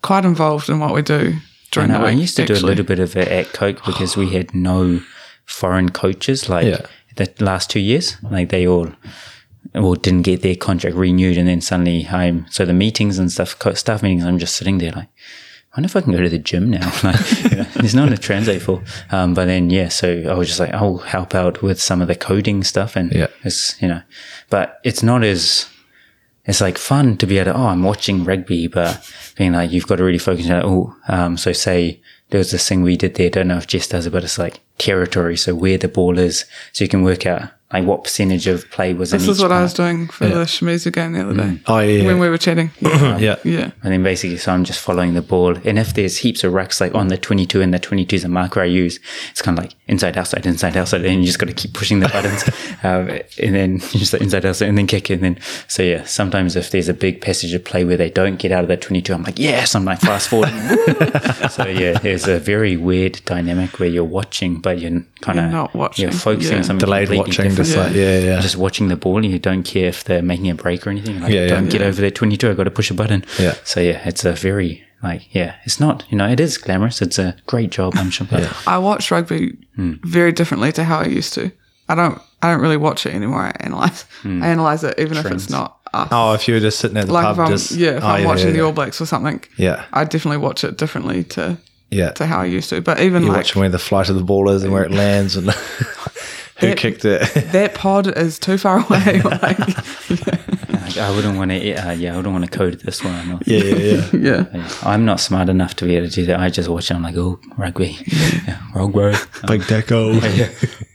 Speaker 2: quite involved in what we do during
Speaker 1: No,
Speaker 2: the
Speaker 1: Hmm. I
Speaker 2: week.
Speaker 1: used to do a
Speaker 2: actually.
Speaker 1: little bit of it at Coke because we had no foreign coaches. Like
Speaker 3: Yeah.
Speaker 1: the last two years, like they all all didn't get their contract renewed, and then suddenly I'm so the meetings and stuff, co- staff meetings. I'm just sitting there like. I wonder if I can go to the gym now. Like, you know, there's no one to translate for. Um, but then, yeah, so I was just like, I'll help out with some of the coding stuff. And
Speaker 3: Yeah.
Speaker 1: it's, you know, but it's not as, it's like fun to be able to, oh, I'm watching rugby, but being like, you've got to really focus on, oh, um, so say there was this thing we did there. Don't know if Jess does it, but it's like, territory, so where the ball is, so you can work out like what percentage of play was
Speaker 2: This
Speaker 1: in
Speaker 2: is
Speaker 1: each
Speaker 2: what I
Speaker 1: part.
Speaker 2: was doing for the Shimizu game the other day
Speaker 1: Hmm.
Speaker 3: Oh yeah,
Speaker 2: when we were chatting. Yeah.
Speaker 3: yeah.
Speaker 2: yeah.
Speaker 1: And then basically, so I'm just following the ball. And if there's heaps of racks like on the 22 and the 22 is a marker I use, it's kind of like inside, outside, inside, outside. And you just got to keep pushing the buttons. um, and then you just like inside, outside, and then kick. And then, so yeah, sometimes if there's a big passage of play where they don't get out of that 22, I'm like, yes, I'm like fast forward. so yeah, it's a very weird dynamic where you're watching, but you're kind
Speaker 2: You're
Speaker 1: of
Speaker 2: not watching.
Speaker 1: You're focusing
Speaker 2: Yeah.
Speaker 1: on something
Speaker 3: Delayed
Speaker 1: completely
Speaker 3: watching,
Speaker 1: different
Speaker 3: just like yeah, yeah.
Speaker 1: just watching the ball and you don't care if they're making a break or anything. Like,
Speaker 3: Yeah, yeah.
Speaker 1: don't get over there 22. I got to push a button.
Speaker 3: Yeah.
Speaker 1: So yeah, it's a very like yeah, it's not you know it is glamorous. It's a great job. I'm sure. But
Speaker 2: I watch rugby
Speaker 1: Hmm.
Speaker 2: very differently to how I used to. I don't. I don't really watch it anymore. I analyze.
Speaker 1: Hmm.
Speaker 2: I analyze it even if it's not us.
Speaker 3: Oh, if you were just sitting at the
Speaker 2: like
Speaker 3: pub,
Speaker 2: if I'm
Speaker 3: just
Speaker 2: yeah, if
Speaker 3: oh,
Speaker 2: I'm watching
Speaker 3: yeah,
Speaker 2: the All Blacks or something,
Speaker 3: yeah,
Speaker 2: I definitely watch it differently to
Speaker 3: yeah.
Speaker 2: to how I used to. But even
Speaker 3: You're
Speaker 2: like
Speaker 3: watching where the flight of the ball is and where it lands and who
Speaker 2: That-
Speaker 3: kicked it.
Speaker 2: that pod is too far away. like,
Speaker 1: like, I wouldn't want to. Uh, yeah, I wouldn't want to code this one. Or,
Speaker 4: Yeah, yeah, yeah.
Speaker 2: yeah.
Speaker 1: yeah. I'm not smart enough to be able to do that. I just watch. it. I'm like, oh, rugby, yeah, rugby.
Speaker 4: Big deco.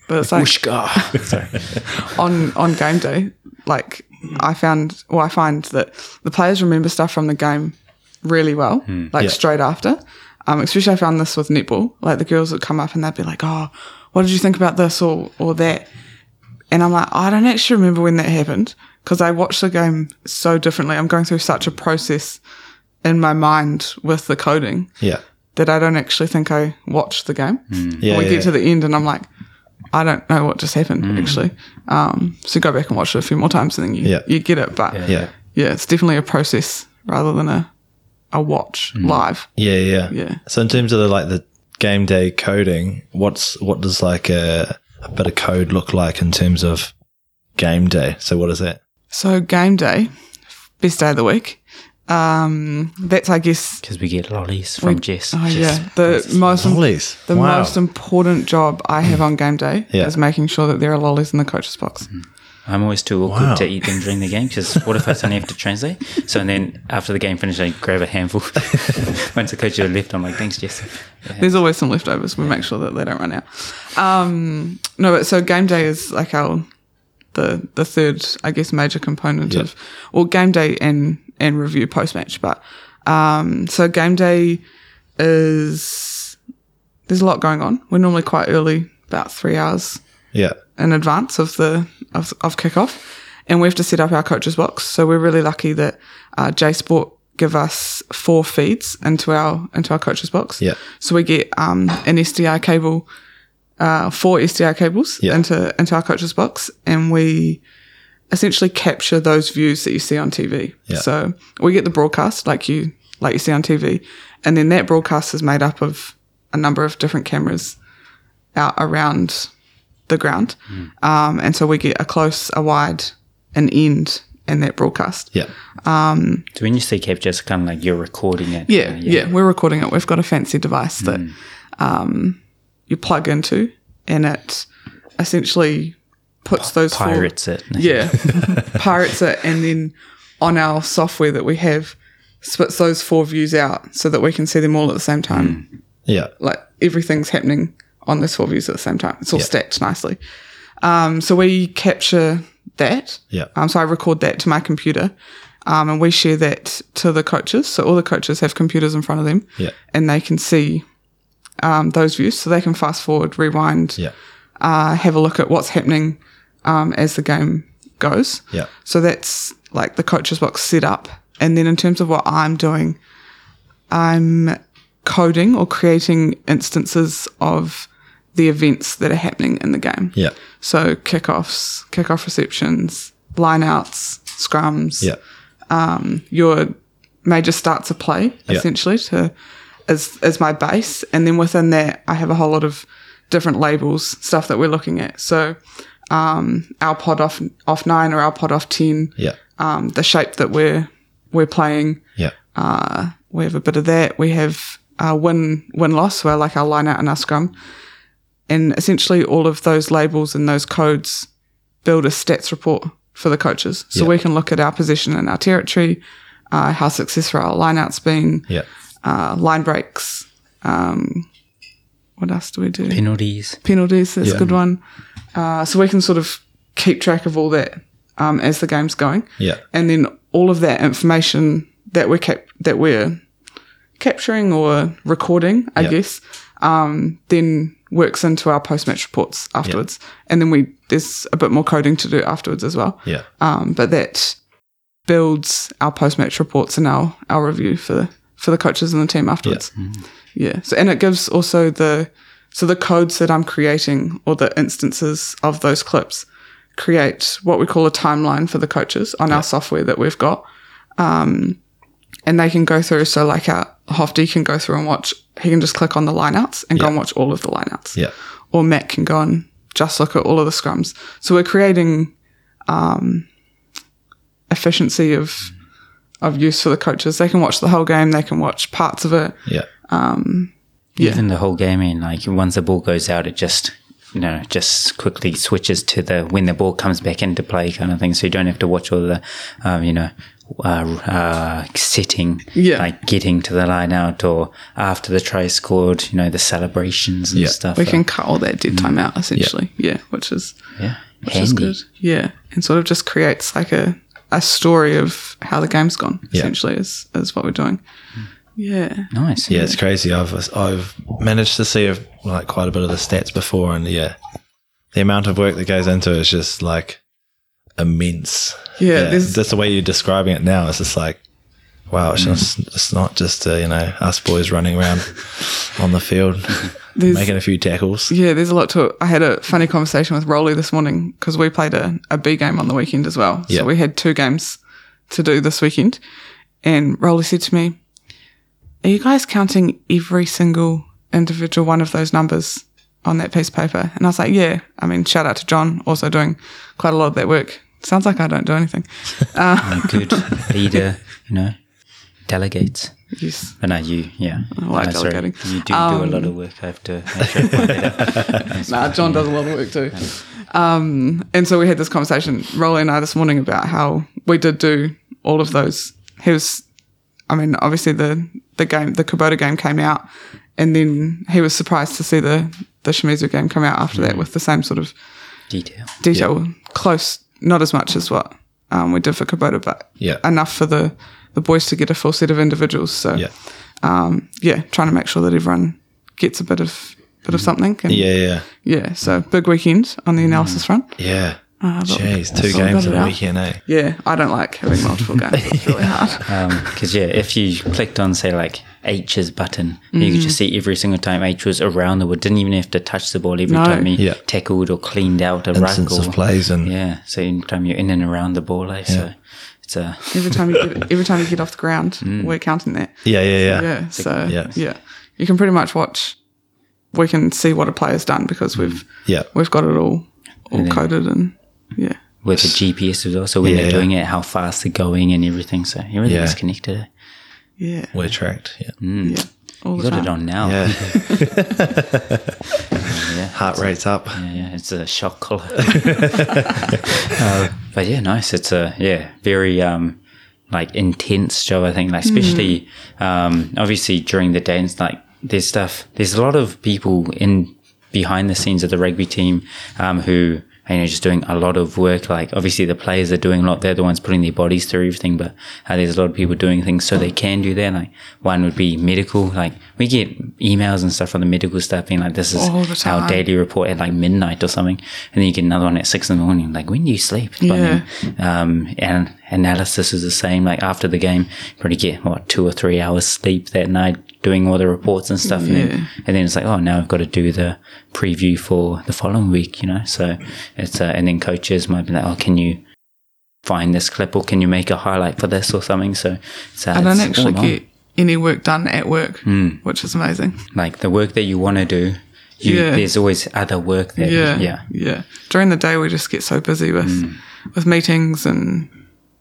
Speaker 2: But it's like
Speaker 1: Whooshka.
Speaker 2: on on game day, like I found, well, I find that the players remember stuff from the game really well, like straight after. Um, especially I found this with netball. Like the girls would come up and they'd be like, "Oh, what did you think about this or or that?" And I'm like, I don't actually remember when that happened because I watched the game so differently. I'm going through such a process in my mind with the coding
Speaker 3: yeah.
Speaker 2: that I don't actually think I watched the game.
Speaker 3: Yeah,
Speaker 2: we
Speaker 3: yeah,
Speaker 2: get to the end and I'm like, I don't know what just happened actually. Um, so go back and watch it a few more times and then you,
Speaker 3: Yeah.
Speaker 2: you get it. But yeah.
Speaker 3: yeah.
Speaker 2: it's definitely a process rather than a, a watch live.
Speaker 3: Yeah, yeah,
Speaker 2: Yeah.
Speaker 3: So in terms of the, like the game day coding, what's what does like a, a bit of code look like in terms of game day? So what is that?
Speaker 2: So game day, best day of the week. Um, that's I guess
Speaker 1: Because we get lollies from Jess.
Speaker 2: oh,
Speaker 1: Jess
Speaker 2: yeah the
Speaker 1: does-
Speaker 2: most
Speaker 3: Lollies.
Speaker 2: the
Speaker 3: Wow.
Speaker 2: most important job I have on game day
Speaker 3: Yeah.
Speaker 2: is making sure that there are lollies in the coach's box.
Speaker 1: I'm always too awkward
Speaker 3: Wow.
Speaker 1: to eat them during the game because what if I suddenly have to translate? So and then after the game finishes, I grab a handful. Once the coach has left, I'm like, thanks, Jess.
Speaker 2: There's always some leftovers. We make sure that they don't run out. Um, no, but so game day is like our the the third, I guess, major component of well, game day and and review post match. But um, so game day is there's a lot going on. We're normally quite early, about three hours
Speaker 3: Yeah.
Speaker 2: in advance of the of, of kickoff, and we have to set up our coaches box. So we're really lucky that uh, J Sport give us four feeds into our into our coaches box.
Speaker 3: Yeah.
Speaker 2: So we get um, an SDI cable, uh, four SDI cables
Speaker 3: Yeah.
Speaker 2: into into our coaches box, and we essentially capture those views that you see on TV.
Speaker 3: Yeah.
Speaker 2: So we get the broadcast like you like you see on TV, and then that broadcast is made up of a number of different cameras out around the ground,
Speaker 3: Hmm.
Speaker 2: um, and so we get a close, a wide, an end, and that broadcast.
Speaker 3: Yeah.
Speaker 1: So when you see capture, it's kind of like you're recording it.
Speaker 2: Yeah, yeah, we're recording it. We've got a fancy device that um, you plug into, and it essentially puts those four-
Speaker 1: Pirates it.
Speaker 2: yeah, pirates it, and then on our software that we have, splits those four views out so that we can see them all at the same time
Speaker 3: Yeah.
Speaker 2: like everything's happening on those four views at the same time. It's all stacked nicely. Um, so we capture that.
Speaker 3: Yeah.
Speaker 2: Um, so I record that to my computer, um, and we share that to the coaches. So all the coaches have computers in front of them,
Speaker 3: Yeah.
Speaker 2: and they can see um, those views. So they can fast forward, rewind,
Speaker 3: Yeah.
Speaker 2: uh, have a look at what's happening um, as the game goes.
Speaker 3: Yeah.
Speaker 2: So that's like the coach's box setup. And then in terms of what I'm doing, I'm coding or creating instances of the events that are happening in the game.
Speaker 3: Yeah.
Speaker 2: So kickoffs, kickoff receptions, lineouts, scrums,
Speaker 3: Yeah.
Speaker 2: your major starts of play
Speaker 3: Yeah.
Speaker 2: essentially to as as my base and then within that I have a whole lot of different labels stuff that we're looking at so um our pod off off 9 or our pod off 10
Speaker 3: Yeah.
Speaker 2: um the shape that we're we're playing
Speaker 3: Yeah.
Speaker 2: we have a bit of that we have our win win loss so like our line out and our scrum and essentially all of those labels and those codes build a stats report for the coaches. So we can look at our position in our territory, uh, how successful our lineouts been,
Speaker 3: Yeah.
Speaker 2: uh, line breaks, um, what else do we do?
Speaker 1: Penalties.
Speaker 2: penalties. That's a good one. Uh, so we can sort of keep track of all that um, as the game's going,
Speaker 3: Yeah.
Speaker 2: and then all of that information that we're cap- that we're capturing or recording, I
Speaker 3: Yeah.
Speaker 2: guess, um, then works into our post match reports afterwards, and then we there's a bit more coding to do afterwards as well.
Speaker 3: Yeah.
Speaker 2: Um, but that builds our post match reports and our our review for the for the coaches and the team afterwards. Yeah. So and it gives also the so the codes that I'm creating or the instances of those clips create what we call a timeline for the coaches on our software that we've got. Um, and they can go through. So like our Hofty can go through and watch. He can just click on the lineouts and go and watch all of the lineouts
Speaker 3: Yeah.
Speaker 2: or Matt can go and just look at all of the scrums. So we're creating um, efficiency of of use for the coaches. They can watch the whole game. They can watch parts of it.
Speaker 3: Yeah.
Speaker 1: Even the whole game in, like once the ball goes out, it just you know just quickly switches to the when the ball comes back into play kind of thing. So you don't have to watch all the um, you know uh, uh, setting,
Speaker 2: Yeah.
Speaker 1: like getting to the line out or after the try scored, you know the celebrations and
Speaker 3: Yeah.
Speaker 1: stuff.
Speaker 2: We can cut all that dead time out essentially. Mm. Yeah, which is
Speaker 1: yeah,
Speaker 2: which is good. Yeah, and sort of just creates like a a story of how the game's gone. Essentially, is is what we're doing. Yeah.
Speaker 1: nice.
Speaker 3: Yeah, it's crazy. I've I've managed to see like quite a bit of the stats before, and yeah, the amount of work that goes into it is just like immense.
Speaker 2: Yeah, there's-
Speaker 3: just the way you're describing it now, it's just like, wow, it's just it's not just uh, you know us boys running around on the field
Speaker 2: There's-
Speaker 3: making a few tackles.
Speaker 2: Yeah, there's a lot to it. I had a funny conversation with Rolly this morning because we played a, a B game on the weekend as well.
Speaker 3: Yeah.
Speaker 2: So we had two games to do this weekend. And Rolly said to me, Are you guys counting every single individual one of those numbers on that piece of paper? And I was like, Yeah. I mean, shout out to John, also doing quite a lot of that work. Sounds like I don't do anything.
Speaker 1: A good leader, you know, delegates.
Speaker 2: Yes.
Speaker 1: But no, you, yeah.
Speaker 2: like
Speaker 1: No, sorry.
Speaker 2: delegating. Um,
Speaker 1: You do do a lot of work. I have to. I have to point that out. That's
Speaker 2: Nah, John does a lot of work too. Um, and so we had this conversation, Rolly and I, this morning about how we did do all of those. He was, I mean, obviously the the game, the Kubota game came out, and then he was surprised to see the the Shimizu game come out after that
Speaker 3: Mm.
Speaker 2: with the same sort of
Speaker 1: detail.
Speaker 2: detail, close, not as much as what um, we did for Kubota, but
Speaker 3: Yeah.
Speaker 2: enough for the the boys to get a full set of individuals. So um,
Speaker 3: Yeah,
Speaker 2: yeah, trying to make sure that everyone gets a bit of bit of something. And
Speaker 3: Mm. yeah, yeah,
Speaker 2: yeah, so big weekend on the
Speaker 1: Mm.
Speaker 2: analysis front.
Speaker 3: yeah.
Speaker 2: but-
Speaker 3: Jeez, two
Speaker 2: Sorted
Speaker 3: games
Speaker 2: it
Speaker 3: in a
Speaker 2: out.
Speaker 3: weekend, eh?
Speaker 2: Yeah, I don't like having multiple games. It's really hard.
Speaker 1: Because Um, yeah, if you clicked on say like H's button, you could just see every single time H was around the wood. Didn't even have to touch the ball every
Speaker 2: No.
Speaker 1: time he
Speaker 3: Yeah.
Speaker 1: tackled or cleaned out a
Speaker 3: Instance
Speaker 1: ruck. Or,
Speaker 3: of plays and
Speaker 1: Yeah, so every time you're in and around the ball, eh? so it's a
Speaker 2: Every time you get every time you get off the ground,
Speaker 1: Mm.
Speaker 2: we're counting that.
Speaker 3: yeah, yeah, yeah.
Speaker 2: Yeah. So
Speaker 3: Yeah.
Speaker 2: yeah. You can pretty much watch we can see what a player's done because we've
Speaker 3: Yeah.
Speaker 2: we've got it all all
Speaker 1: Mm. then-
Speaker 2: coded and yeah.
Speaker 1: with the GPS as well. So when
Speaker 3: Yeah.
Speaker 1: they're doing it, how fast they're going and everything. So everything's
Speaker 3: Yeah.
Speaker 1: connected. eh?
Speaker 2: Yeah.
Speaker 3: We're tracked. Yeah,
Speaker 2: Yeah. All
Speaker 1: Mm. You
Speaker 2: the
Speaker 1: got
Speaker 2: time.
Speaker 1: it on now.
Speaker 3: yeah.
Speaker 1: yeah.
Speaker 3: Heart rate's up.
Speaker 1: Yeah, yeah, it's a shock collar. Uh, but yeah, nice. It's a yeah, very um, like intense job. I think, like
Speaker 2: Hmm.
Speaker 1: especially um, obviously during the day, it's like there's stuff. There's a lot of people in behind the scenes of the rugby team um, who you know just doing a lot of work. Like obviously the players are doing a lot. They're the ones putting their bodies through everything. But uh, there's a lot of people doing things so they can do that. Like one would be medical. Like we get emails and stuff from the medical staff being like, "This is
Speaker 2: All the
Speaker 1: our
Speaker 2: time.
Speaker 1: daily." daily report at like midnight or something, and then you get another one at six in the morning. Like, when do you sleep? But then, um, and analysis is the same. Like after the game, probably get what two or three hours sleep that night doing all the reports and stuff. And, then, and then it's like, oh, now I've got to do the preview for the following week. You know, so it's uh, and then coaches might be like, oh, can you? Find this clip, or can you make a highlight for this or something? So, so
Speaker 2: I don't
Speaker 1: it's
Speaker 2: actually
Speaker 1: all on.
Speaker 2: get any work done at work,
Speaker 1: Mm.
Speaker 2: which is amazing.
Speaker 1: like the work that you want to do. You,
Speaker 2: Yeah.
Speaker 1: There's always other work that,
Speaker 2: Yeah.
Speaker 1: yeah,
Speaker 2: Yeah. During the day we just get so busy with
Speaker 3: Mm.
Speaker 2: with meetings and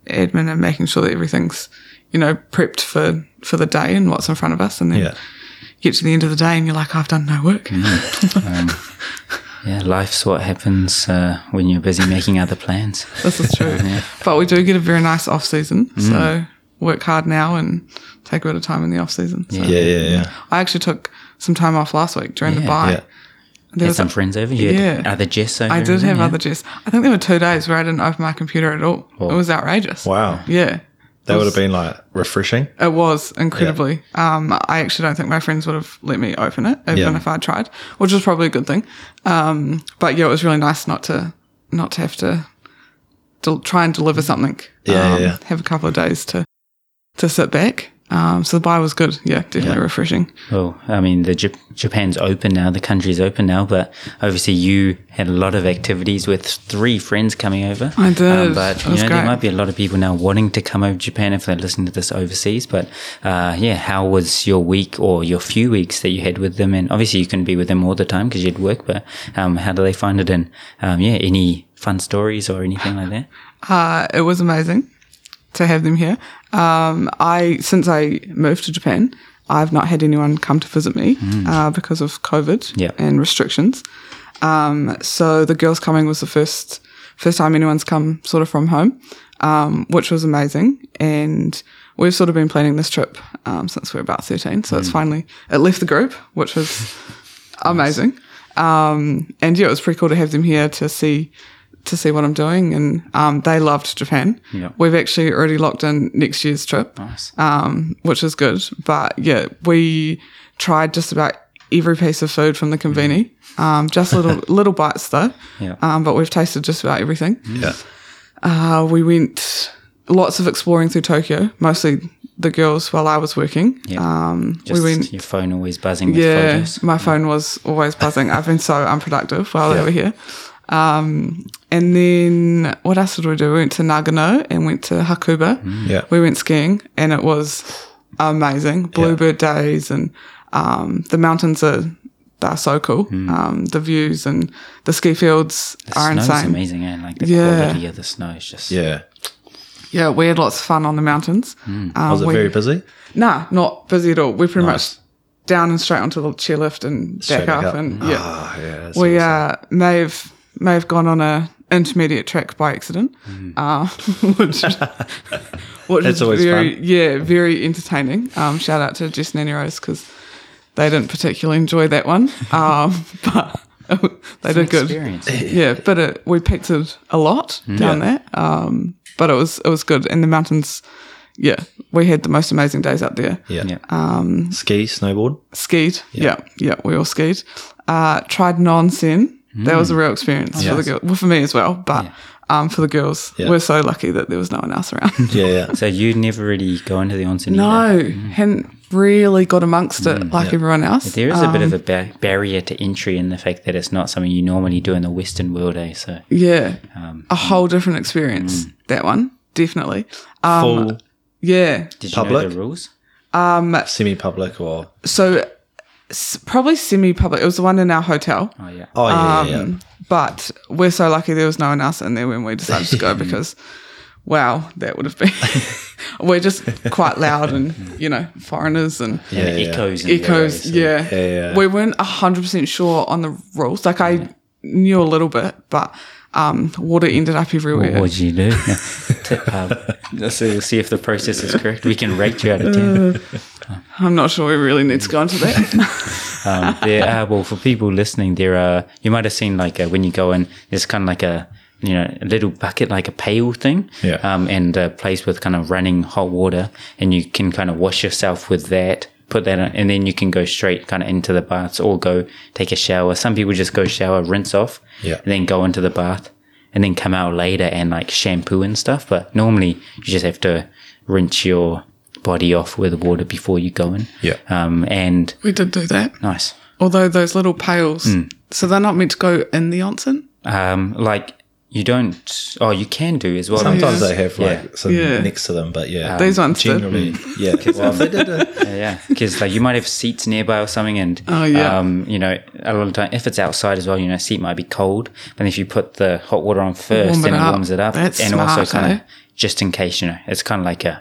Speaker 2: admin and making sure that everything's, you know, prepped for for the day and what's in front of us and then
Speaker 3: Yeah, Mm.
Speaker 2: you get to the end of the day and you're like, I've done no work.
Speaker 1: Yeah, life's what happens uh, when you're busy making other plans.
Speaker 2: This is true. But we do get a very nice off season.
Speaker 3: Mm.
Speaker 2: So work hard now and take a bit of time in the off season. So
Speaker 3: yeah, yeah, yeah.
Speaker 2: I actually took some time off last week during the
Speaker 1: Yeah.
Speaker 2: bye.
Speaker 3: Yeah.
Speaker 2: There
Speaker 1: Had
Speaker 2: was
Speaker 1: some friends over. You had
Speaker 2: Yeah.
Speaker 1: other Jess over.
Speaker 2: I did
Speaker 1: and-
Speaker 2: have
Speaker 1: yeah.
Speaker 2: other Jess. I think there were two days where I didn't open my computer at all. It was outrageous.
Speaker 3: Wow.
Speaker 2: Yeah.
Speaker 3: That would have been like refreshing.
Speaker 2: It was incredibly. Um, I actually don't think my friends would have let me open it, even
Speaker 3: Yeah.
Speaker 2: if I'd tried, which is probably a good thing. Um, but yeah, it was really nice not to not to have to del- try and deliver something.
Speaker 3: Yeah,
Speaker 2: um,
Speaker 3: yeah, yeah.
Speaker 2: Have a couple of days to to sit back. Um, so the buy was good. Yeah, definitely refreshing.
Speaker 1: Well, I mean, the Jap- Japan's open now. The country's open now, but obviously you had a lot of activities with three friends coming over. Um,
Speaker 2: I did.
Speaker 1: but
Speaker 2: It
Speaker 1: you know,
Speaker 2: was
Speaker 1: there
Speaker 2: great.
Speaker 1: might be a lot of people now wanting to come over to Japan if they're listening to this overseas. But uh, yeah, how was your week or your few weeks that you had with them? And obviously you couldn't be with them all the time because you'd work. But um, how do they find it? And um, yeah, any fun stories or anything like that?
Speaker 2: Uh, it was amazing to have them here. Um, I since I moved to Japan, I've not had anyone come to visit me uh, because of COVID
Speaker 1: Yeah.
Speaker 2: and restrictions. Um, so the girls coming was the first first time anyone's come sort of from home, um, which was amazing. And we've sort of been planning this trip um, since we were about thirteen, so it's finally it left the group, which was amazing. Um, and yeah, it was pretty cool to have them here to see to see what I'm doing, and um, they loved Japan.
Speaker 1: Yeah.
Speaker 2: We've actually already locked in next year's trip,
Speaker 1: Nice.
Speaker 2: um, which is good. But yeah, we tried just about every piece of food from the conveni, um, just little little bites though.
Speaker 1: Yeah.
Speaker 2: Um, but we've tasted just about everything.
Speaker 3: Yeah.
Speaker 2: Uh, we went lots of exploring through Tokyo, mostly the girls while I was working.
Speaker 1: Yeah.
Speaker 2: Um,
Speaker 1: Just
Speaker 2: we went
Speaker 1: your phone always buzzing with
Speaker 2: yeah,
Speaker 1: photos.
Speaker 2: my phone was always buzzing. I've been so unproductive while they were here. Um, and then what else did we do? We went to Nagano and went to Hakuba.
Speaker 3: Yeah.
Speaker 2: We went skiing and it was amazing. Bluebird days and um, the mountains are they're so cool. Um, the views and the ski fields
Speaker 1: The
Speaker 2: are
Speaker 1: snow's
Speaker 2: insane.
Speaker 1: amazing, and like the
Speaker 2: Yeah.
Speaker 1: quality of the snow is just
Speaker 3: Yeah.
Speaker 2: Yeah, we had lots of fun on the mountains. Um,
Speaker 3: Was it
Speaker 2: we-
Speaker 3: very busy?
Speaker 2: Nah, not busy at all. We pretty much down and straight onto the chairlift and back
Speaker 3: Straight back
Speaker 2: up,
Speaker 3: up.
Speaker 2: and yeah.
Speaker 3: Ah, yeah. that's
Speaker 2: we
Speaker 3: awesome.
Speaker 2: uh, may have may have gone on a intermediate track by accident, uh, which, which
Speaker 3: Mm. That's
Speaker 2: is
Speaker 3: always
Speaker 2: very
Speaker 3: fun.
Speaker 2: yeah very entertaining. Um, shout out to Jess and Annie Rose because they didn't particularly enjoy that one, um, but they did good.
Speaker 1: experience.
Speaker 2: Yeah, but it, we pictured a lot
Speaker 3: Mm.
Speaker 2: down there, um, but it was it was good, and the mountains. Yeah, we had the most amazing days up there
Speaker 3: yeah.
Speaker 1: Yeah.
Speaker 2: Um,
Speaker 3: Ski, snowboard.
Speaker 2: skied. Yeah. yeah, we all skied. Uh, tried non-sin. That was a real experience for the
Speaker 3: Yes.
Speaker 2: girl. Well, for me as well, but um, for the girls,
Speaker 3: Yeah.
Speaker 2: we're so lucky that there was no one else around.
Speaker 3: Yeah, yeah.
Speaker 1: So you never really go into the onsen. either.
Speaker 2: no, hadn't really got amongst it like everyone else. Uh,
Speaker 1: There is a bit of
Speaker 2: Um,
Speaker 1: a ba- barrier to entry in the fact that it's not something you normally do in the Western world, eh? So
Speaker 2: yeah, a whole different experience. That one definitely. Um,
Speaker 3: Full,
Speaker 2: yeah.
Speaker 1: did you know
Speaker 3: Public?
Speaker 1: the rules?
Speaker 3: semi-public, or
Speaker 2: So s- probably semi-public. It was the one in our hotel.
Speaker 1: Oh yeah.
Speaker 3: oh yeah, yeah, yeah.
Speaker 2: But we're so lucky there was no one else in there when we decided to go because, wow, that would have been. we're just quite loud and, you know, foreigners and
Speaker 1: And it
Speaker 3: yeah.
Speaker 1: echoes. in the
Speaker 2: echoes.
Speaker 1: area, so-
Speaker 2: yeah.
Speaker 3: yeah, yeah.
Speaker 2: We weren't 100% sure on the rules. Like, I knew a little bit, but um, water ended up everywhere.
Speaker 1: What would you do? Tip up. So we'll see if the process is correct. We can rate you out of ten.
Speaker 2: I'm not sure we really need to go into that.
Speaker 1: um, there are well for people listening there are you might have seen like uh when you go in there's kind of like a you know a little bucket like a pail thing
Speaker 3: Yeah.
Speaker 1: um, and a place with kind of running hot water and you can kind of wash yourself with that put that on, and then you can go straight kind of into the baths or go take a shower some people just go shower rinse off
Speaker 3: Yeah.
Speaker 1: and then go into the bath and then come out later and like shampoo and stuff but normally you just have to rinse your body off with water before you go in
Speaker 3: Yeah.
Speaker 1: um and
Speaker 2: we did do that.
Speaker 1: nice
Speaker 2: Although those little pails,
Speaker 3: Hmm.
Speaker 2: so they're not meant to go in the onsen.
Speaker 1: Um, like you don't. Oh, you can do as well.
Speaker 3: Sometimes
Speaker 2: Yeah.
Speaker 3: they have like some
Speaker 2: Yeah.
Speaker 3: next to them, but yeah,
Speaker 2: These ones did.
Speaker 3: generally, yeah. Well, they did a,
Speaker 1: Yeah, yeah, because like you might have seats nearby or something, and
Speaker 2: Oh, yeah.
Speaker 1: um, you know, a lot of time if it's outside as well, you know, a seat might be cold, and if you put the hot water on first,
Speaker 2: Warm
Speaker 1: then
Speaker 2: it
Speaker 1: it
Speaker 2: up.
Speaker 1: warms it up,
Speaker 2: That's
Speaker 1: and
Speaker 2: smart,
Speaker 1: also kind
Speaker 2: eh?
Speaker 1: of just in case, you know, it's kind of like a.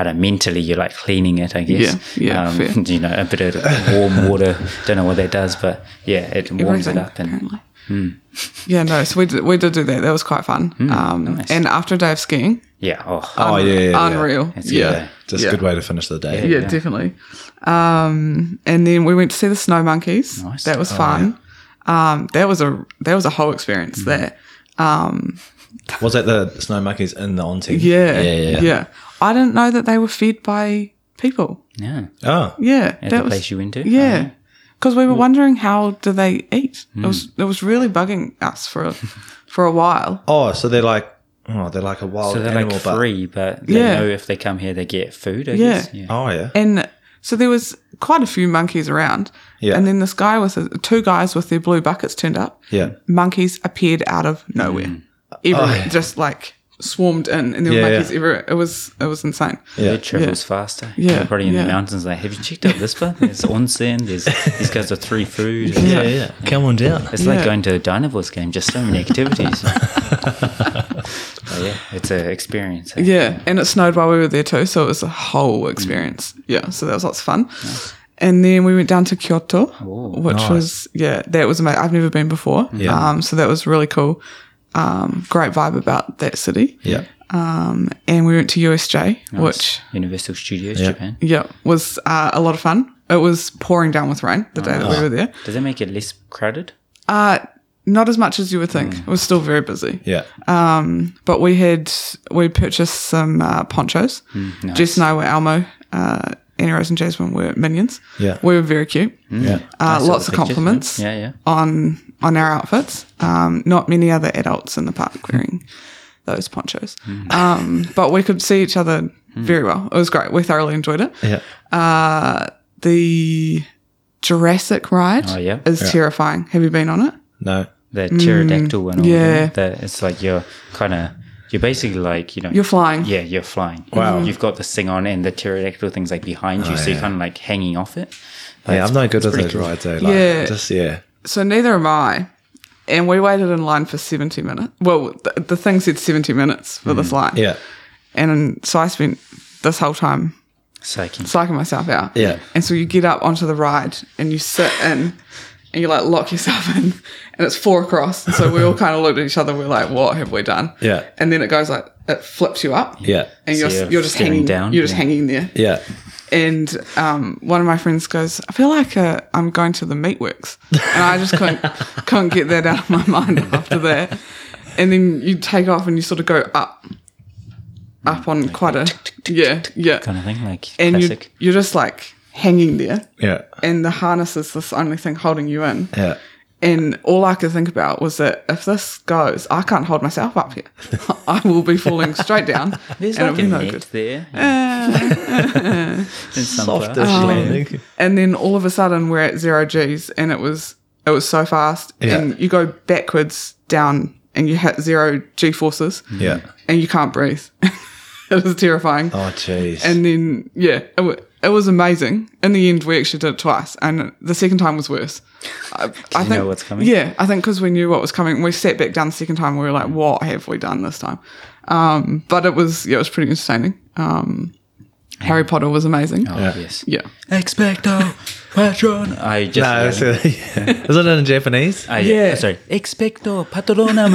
Speaker 1: I don't know, mentally you're like cleaning it, I guess.
Speaker 2: Yeah, yeah,
Speaker 1: Um,
Speaker 2: fair.
Speaker 1: You know, a bit of warm water. Don't know what that does, but yeah, it warms it
Speaker 2: Everything,
Speaker 1: up and
Speaker 2: apparently. Yeah, no. So we did, we did do that. That was quite fun. um,
Speaker 1: Hmm, nice.
Speaker 2: And after a day of skiing,
Speaker 1: Yeah. Oh,
Speaker 3: Oh, yeah, yeah, yeah.
Speaker 2: unreal.
Speaker 1: that's
Speaker 2: yeah.
Speaker 1: good. eh?
Speaker 3: Just
Speaker 2: Yeah.
Speaker 3: a good way to finish the day.
Speaker 2: yeah,
Speaker 1: Yeah.
Speaker 2: definitely. Um, and then we went to see the Snow Monkeys.
Speaker 1: Nice. Oh,
Speaker 2: That was fun. Um, that was a that was a whole experience
Speaker 1: Hmm.
Speaker 2: there.
Speaker 3: Was that the snow monkeys in the on team?
Speaker 2: Yeah,
Speaker 3: Yeah, yeah.
Speaker 2: I didn't know that they were fed by people.
Speaker 1: Yeah.
Speaker 3: Oh,
Speaker 2: Yeah,
Speaker 1: At
Speaker 2: that
Speaker 1: the
Speaker 2: was
Speaker 1: place you went to.
Speaker 2: yeah. Because we were wondering how do they eat? It was
Speaker 1: Hmm.
Speaker 2: it was really bugging us for a, for a while.
Speaker 3: oh, so they're like, oh, they're like a wild
Speaker 1: So they're
Speaker 3: animal,
Speaker 1: like
Speaker 3: but
Speaker 1: free, but they
Speaker 2: Yeah.
Speaker 1: know if they come here, they get food. I
Speaker 2: Yeah.
Speaker 1: guess. Yeah.
Speaker 3: oh yeah,
Speaker 2: And so there was quite a few monkeys around.
Speaker 3: Yeah.
Speaker 2: And then this guy with his, two guys with their blue buckets turned up.
Speaker 3: yeah, Mm.
Speaker 2: Monkeys appeared out of nowhere. Everywhere, just like swarmed in, and there were
Speaker 3: Oh. Yeah,
Speaker 2: monkeys
Speaker 3: yeah.
Speaker 2: everywhere. It was it was insane.
Speaker 3: yeah.
Speaker 1: It travels faster.
Speaker 2: Yeah,
Speaker 1: They're probably in
Speaker 2: yeah.
Speaker 1: the mountains. Like, have you checked out this part? There's onsen. There's these guys are three food.
Speaker 3: yeah, yeah. Come on down.
Speaker 1: It's
Speaker 2: Yeah.
Speaker 1: like going to a Dynavoice game. Just so many activities. but yeah, it's an experience. eh?
Speaker 2: Yeah, and it snowed while we were there too, so it was a whole experience. Yeah, so that was lots of fun. And then we went down to Kyoto, which was yeah, that was amazing. I've never been before.
Speaker 3: Yeah.
Speaker 2: Um, so that was really cool. Um, great vibe about that city.
Speaker 3: Yeah,
Speaker 2: And we went to USJ, which
Speaker 1: It's Universal Studios Japan.
Speaker 2: yeah was uh, a lot of fun. It was pouring down with rain the day that
Speaker 1: Ah.
Speaker 2: we were there.
Speaker 1: Does that make it less crowded?
Speaker 2: Uh, not as much as you would
Speaker 1: Mm.
Speaker 2: think. It was still very busy.
Speaker 3: yeah.
Speaker 2: but we had we purchased some uh, ponchos.
Speaker 1: Mm,
Speaker 2: Jess and I were Elmo. Uh, Annie Rose and Jasmine were minions.
Speaker 3: Yeah.
Speaker 2: we were very cute.
Speaker 3: yeah.
Speaker 2: Uh,
Speaker 1: Mm. I saw the
Speaker 2: lots of
Speaker 1: pictures,
Speaker 2: compliments Oh,
Speaker 1: Yeah, yeah.
Speaker 2: on on our outfits. Um, not many other adults in the park wearing those ponchos,
Speaker 1: Mm.
Speaker 2: um, but we could see each other very well. It was great. We thoroughly enjoyed it.
Speaker 3: Yeah.
Speaker 2: The Jurassic ride
Speaker 1: Oh, yeah.
Speaker 2: is terrifying. Have you been on it?
Speaker 3: No.
Speaker 1: the pterodactyl one.
Speaker 2: mm. yeah.
Speaker 1: Yeah, that it's like you're kind of you're basically like you know
Speaker 2: You're flying.
Speaker 1: Yeah, you're flying. Wow, you've got this thing on, and the pterodactyl thing's like behind you, so you're kind of like hanging off it.
Speaker 3: Yeah, I'm not good at
Speaker 1: pretty
Speaker 3: those
Speaker 1: cool.
Speaker 3: rides though. Like,
Speaker 2: Yeah.
Speaker 3: Just yeah.
Speaker 2: So neither am I. And we waited in line for 70 minutes. Well, the, the thing said 70 minutes for
Speaker 1: Mm.
Speaker 2: this line.
Speaker 3: Yeah.
Speaker 2: And so I spent this whole time
Speaker 1: Psyching.
Speaker 2: psyching myself out.
Speaker 3: Yeah.
Speaker 2: And so you get up onto the ride and you sit in and you like lock yourself in and it's four across. And so we all kind of looked at each other. We're like, what have we done?
Speaker 3: Yeah.
Speaker 2: And then it goes like, it flips you up.
Speaker 3: Yeah.
Speaker 2: And
Speaker 1: So
Speaker 2: you're,
Speaker 1: you're
Speaker 2: you're, just
Speaker 1: staring
Speaker 2: hanging
Speaker 1: down,
Speaker 2: down. You're just
Speaker 1: yeah.
Speaker 2: hanging there.
Speaker 3: Yeah.
Speaker 2: And um, one of my friends goes, I feel like uh, I'm going to the meatworks. And I just couldn't, couldn't get that out of my mind after that. And then you take off and you sort of go up, up on quite a, yeah, yeah.
Speaker 1: Kind of thing, like
Speaker 2: And you,
Speaker 1: classic.
Speaker 2: you're just like hanging there.
Speaker 3: Yeah.
Speaker 2: And the harness is this only thing holding you in.
Speaker 3: Yeah.
Speaker 2: And all I could think about was that if this goes, I can't hold myself up here. I will be falling straight down.
Speaker 1: There's
Speaker 2: and
Speaker 1: like a
Speaker 2: it'll be
Speaker 1: net
Speaker 2: good.
Speaker 1: there. In some
Speaker 4: Soft
Speaker 1: parts.
Speaker 4: as landing.
Speaker 2: and then all of a sudden we're at zero G's and it was it was so fast and you go backwards down and you hit zero G forces
Speaker 3: Yeah.
Speaker 2: and you can't breathe. it was terrifying.
Speaker 3: Oh jeez.
Speaker 2: And then yeah, it, wa it was amazing. In the end, we actually did it twice, and the second time was worse. I, I
Speaker 1: you know what's coming?
Speaker 2: Yeah, I think because we knew what was coming, we sat back down the second time. We were like, "What have we done this time?" Um, but it was yeah, it was pretty entertaining. Um, Harry Potter was amazing.
Speaker 1: Oh,
Speaker 3: Yeah.
Speaker 1: yes.
Speaker 2: Yeah,
Speaker 1: Expecto patron. I just.
Speaker 4: No, that's it. Is it in Japanese?
Speaker 1: I, Ah, yeah. Sorry. Expecto patronum.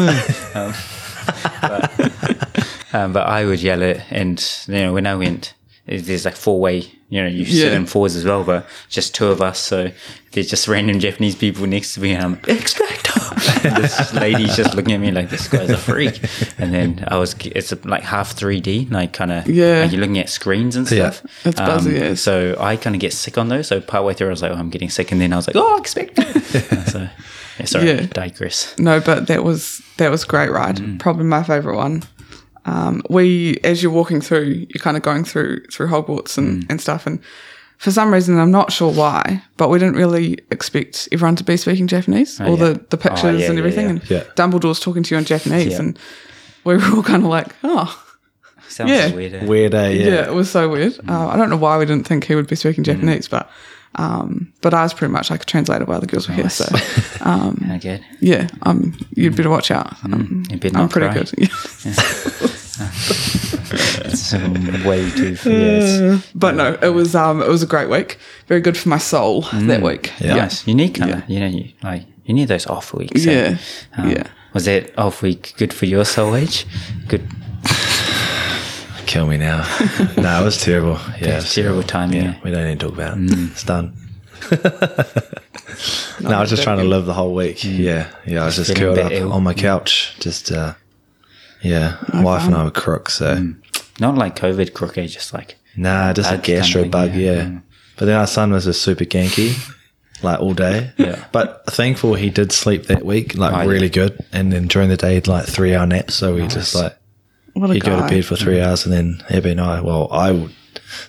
Speaker 1: um, but, um, but I would yell it, and you know, when I went, it- there's like four way. You know, you sit
Speaker 2: Yeah.
Speaker 1: in fours as well, but just two of us. So there's just random Japanese people next to me, and I'm expecto. And this lady's just looking at me like this guy's a freak. And then I was, it's like half 3D, like kind of,
Speaker 2: Yeah.
Speaker 1: Like you're looking at screens and
Speaker 3: Yeah.
Speaker 1: stuff. Um,
Speaker 2: That's buzzy, yes.
Speaker 1: So I kind of get sick on those. So partway through, I was like, oh, I'm getting sick. And then I was like, oh, expecto. so, yeah, sorry,
Speaker 2: Yeah.
Speaker 1: digress.
Speaker 2: no, but that was that was a great ride.
Speaker 1: Mm.
Speaker 2: Probably my favorite one. Um, we, as you're walking through, you're kind of going through through Hogwarts
Speaker 1: Mm.
Speaker 2: and, and stuff. And for some reason, I'm not sure why, but we didn't really expect everyone to be speaking Japanese.
Speaker 1: Oh,
Speaker 2: all
Speaker 1: yeah.
Speaker 2: the the pictures
Speaker 1: yeah,
Speaker 2: and
Speaker 1: yeah,
Speaker 2: everything,
Speaker 1: yeah.
Speaker 2: and
Speaker 3: Yeah.
Speaker 2: Dumbledore's talking to you in Japanese,
Speaker 1: Yeah.
Speaker 2: and we were all kind of like, oh.
Speaker 1: Sounds
Speaker 2: Yeah.
Speaker 1: weird. eh?
Speaker 4: Weird, eh?
Speaker 2: Yeah. it was so weird. Uh,
Speaker 1: Mm.
Speaker 2: I don't know why we didn't think he would be speaking Japanese, but um, but I was pretty much like a translator while the girls were here. So
Speaker 1: Okay.
Speaker 2: yeah, um, you'd better watch out. Um,
Speaker 1: You better Mm.
Speaker 2: I'm
Speaker 1: not
Speaker 2: pretty
Speaker 1: cry.
Speaker 2: good.
Speaker 1: It's um, way too yes.
Speaker 2: But no, it was um, it was a great week. Very good for my soul that week.
Speaker 1: Nice. Unique kind of. You know, you, like You need those off weeks. eh?
Speaker 2: Yeah, yeah.
Speaker 1: Was that off week good for your soul age? Good,
Speaker 3: Kill me now. no, it was terrible. Yeah, it was
Speaker 1: terrible time. Yeah. Mm.
Speaker 3: We don't need to talk about it. It's done. no, I was just trying to live the whole week. Yeah, yeah. I was just
Speaker 1: Mm. feeling a
Speaker 3: curled
Speaker 1: bit
Speaker 3: up
Speaker 1: ill. Mm.
Speaker 3: on my couch. Just, uh, yeah. wife and I were crooks, so
Speaker 1: Mm. Not like COVID crooked, just like
Speaker 3: nah, just a
Speaker 1: Bugs kind of
Speaker 3: gastro
Speaker 1: thing,
Speaker 3: bug.
Speaker 1: yeah.
Speaker 3: Yeah. But then our son was just super ganky, like all day.
Speaker 1: Yeah.
Speaker 3: But thankful he did sleep that week, like
Speaker 1: Oh, yeah.
Speaker 3: really good. And then during the day, he'd like three hour naps. So we just like
Speaker 2: What a
Speaker 3: he'd
Speaker 2: guy.
Speaker 3: go to bed for three hours, and then Abby and I. Well, I w-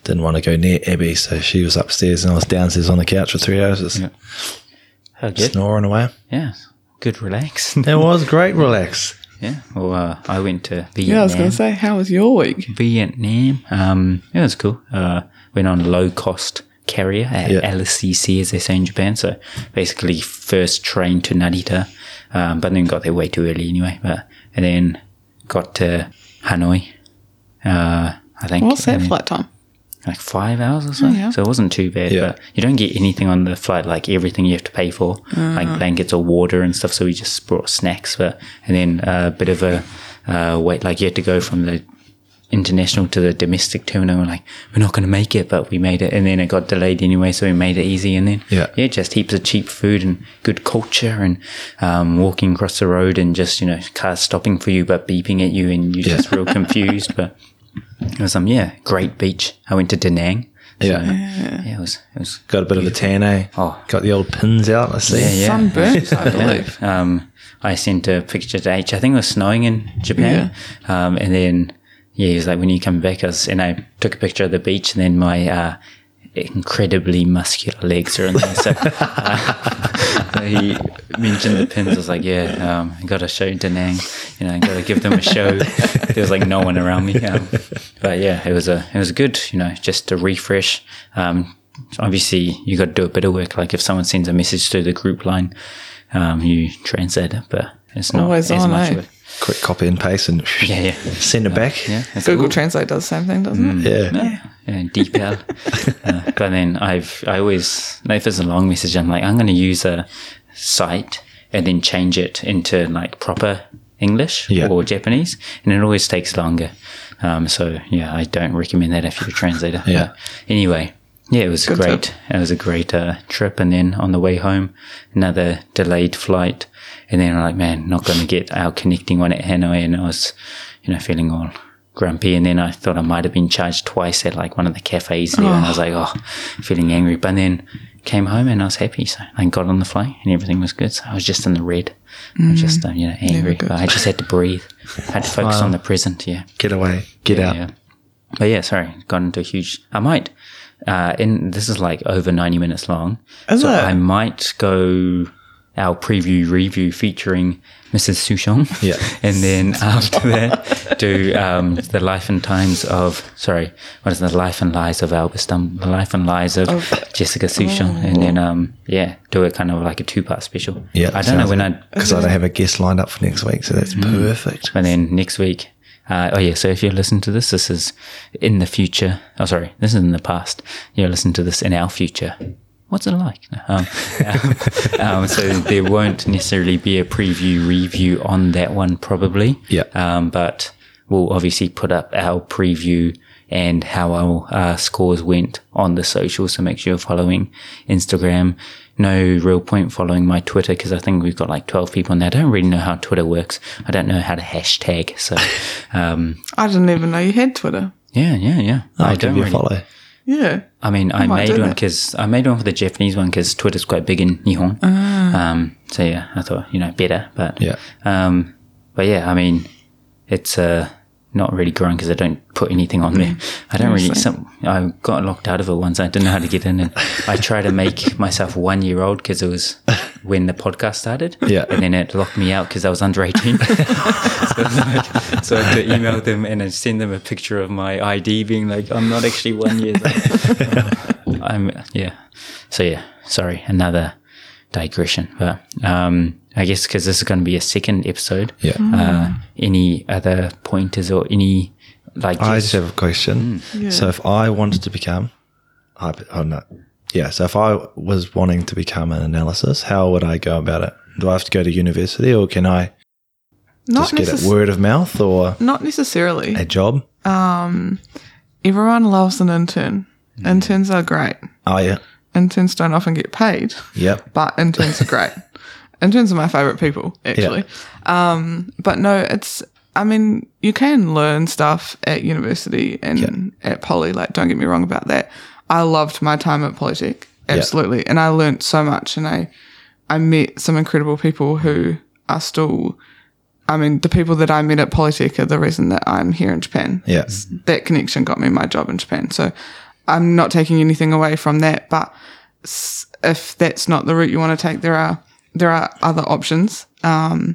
Speaker 3: didn't want to go near Abby, so she was upstairs, and I was downstairs on the couch for three hours, just
Speaker 1: Yeah. how "Oh, good.
Speaker 3: snoring away.
Speaker 1: Yeah. Good relax.
Speaker 3: It was great, relax.
Speaker 1: yeah. Well, uh, I went to Vietnam.
Speaker 2: Yeah, I was going to say, how was your week?
Speaker 1: Mm. Vietnam. Um, yeah, it was cool. Uh, went on a low cost carrier at
Speaker 3: Yeah.
Speaker 1: LCC as they say in Japan. So basically, first train to Narita, um, but then got there way too early anyway. But and then got to Hanoi. Uh, I think
Speaker 2: What's that
Speaker 1: and then-
Speaker 2: flight time?
Speaker 1: like five hours or so.
Speaker 2: yeah.
Speaker 1: So it wasn't too bad.
Speaker 3: Yeah.
Speaker 1: But you don't get anything on the flight, like everything you have to pay for, like blankets or water and stuff. So we just brought snacks, but and then a bit of a uh, wait, like you had to go from the international to the domestic terminal. And like we're not going to make it, but we made it, and then it got delayed anyway, so we made it easy. And then
Speaker 3: Yeah.
Speaker 1: yeah, just heaps of cheap food and good culture and um, walking across the road and just you know cars stopping for you but beeping at you and you're just real confused. But it was um yeah, great beach. I went to Da Nang. So,
Speaker 3: Yeah.
Speaker 1: yeah, it was it was
Speaker 3: Got a bit of a tan, eh?
Speaker 1: Oh.
Speaker 3: Got the old pins out. I see.
Speaker 1: yeah.
Speaker 2: Sunburnt, I believe.
Speaker 1: Um, I sent a picture to H. I think it was snowing in Japan. Um, and then, yeah, he was like, when you come back, I was, and I took a picture of the beach and then my, uh, incredibly muscular legs are in there. So, uh, so he mentioned the pins. I was like, yeah, um, I got to show Danang, you know, got to give them a show. there was like no one around me. Um, but yeah, it was a, it was good, you know, just to refresh. Um, obviously you got to do a bit of work. Like if someone sends a message through the group line, um, you translate it, but it's not
Speaker 2: Always
Speaker 1: as
Speaker 2: on,
Speaker 1: much
Speaker 2: eh?
Speaker 1: of it.
Speaker 3: Quick copy and paste and
Speaker 1: Yeah, yeah,
Speaker 3: send it back.
Speaker 1: yeah. It's
Speaker 2: Google
Speaker 1: like,
Speaker 2: Translate does the same thing, doesn't it?
Speaker 3: Yeah.
Speaker 1: and DPL. uh, but then I've I always like, if there's a long message, I'm like I'm going to use a site and then change it into like proper English
Speaker 3: Yeah.
Speaker 1: or Japanese, and it always takes longer. Um, so yeah, I don't recommend that if you're a translator.
Speaker 3: Yeah.
Speaker 1: But anyway. Yeah, it was
Speaker 2: Good
Speaker 1: great. It was a great uh, trip, and then on the way home, another delayed flight, and then I'm like, man, not going to get our connecting one at Hanoi, and I was, you know, feeling all grumpy, and then I thought I might have been charged twice at like one of the cafes there, and I was like, oh, feeling angry, but then came home and I was happy, so I got on the flight and everything was good, so I was just in the red, I was just uh, you know angry,
Speaker 2: good.
Speaker 1: but I just had to breathe, I had to focus on the present, yeah.
Speaker 3: Get away. Get out.
Speaker 1: Yeah. But yeah, sorry, got into a huge. I might. Uh, in this is like over ninety minutes long,
Speaker 2: Is
Speaker 1: so
Speaker 2: it?
Speaker 1: I might go our preview review featuring Mrs. Sushong.
Speaker 3: Yeah.
Speaker 1: and then after that, do um, the life and times of sorry, what is the life and lies of Albert Stum, the life and lies
Speaker 3: Oh,
Speaker 1: of Jessica Sushong, and then um, yeah, do a kind of like a two part special.
Speaker 3: Yeah,
Speaker 1: I don't know
Speaker 3: sounds
Speaker 1: when
Speaker 3: good.
Speaker 1: I
Speaker 3: Because I don't have a guest lined up for next week, so
Speaker 1: Mm.
Speaker 3: that's perfect.
Speaker 1: and then next week, uh, oh yeah, so if you listen to this, this is in the future. Oh, sorry, this is in the past. You listen to this in our future. What's it like? No, Um, um, so there won't necessarily be a preview review on that one, probably.
Speaker 3: Yeah.
Speaker 1: Um, but we'll obviously put up our preview and how our uh, scores went on the social. So make sure you're following Instagram. No real point following my Twitter because I think we've got like 12 people on there. I don't really know how Twitter works. I don't know how to hashtag. So, um,
Speaker 2: I didn't even know you had Twitter.
Speaker 1: yeah, yeah, yeah.
Speaker 3: I'll give Oh, you a follow. Oh,
Speaker 2: Yeah.
Speaker 1: I mean, I
Speaker 2: might
Speaker 1: made
Speaker 2: do
Speaker 1: one
Speaker 2: that.
Speaker 1: because I made one for the Japanese one because Twitter's quite big in Nihon. Um, so yeah, I thought you know better, but
Speaker 3: Ah. Yeah.
Speaker 1: Um, but yeah, I mean, it's uh, not really growing because I don't put anything on
Speaker 3: Mm.
Speaker 1: there. I don't really. Some, I got locked out of it once. I didn't know how to get in, and I tried to make myself one year old because it was when the podcast started.
Speaker 3: Yeah.
Speaker 1: and then it locked me out because I was under eighteen. So I had to email them and I send them a picture of my ID being like, I'm not actually one year old. I'm, yeah. So yeah, sorry, another digression. But um, I guess because this is going to be a second episode.
Speaker 3: Yeah.
Speaker 1: Uh, any other pointers or any, like,
Speaker 3: I
Speaker 1: just-
Speaker 3: just have a question. So if I wanted to become, I, oh no, yeah. So if I was wanting to become an analysis, how would I go about it? do I have to go to university or can I
Speaker 2: Not,
Speaker 3: just get
Speaker 2: necess-
Speaker 3: it word of mouth or
Speaker 2: not necessarily.
Speaker 3: a job?
Speaker 2: Um, everyone loves an intern. Interns are great.
Speaker 3: Oh, yeah.
Speaker 2: Interns don't often get paid,
Speaker 3: Yep.
Speaker 2: but interns are great. Interns are my favorite people, actually. Um, but no, it's, I mean, you can learn stuff at university and at poly. Like, don't get me wrong about that. I loved my time at Polytech, absolutely. And I learnt so much and I, I met some incredible people who are still, I mean, the people that I met at Polytech are the reason that I'm here in Japan
Speaker 3: Yeah.
Speaker 2: that connection got me my job in Japan. So I'm not taking anything away from that, but s- if that's not the route you want to take, there are there are other options. Um,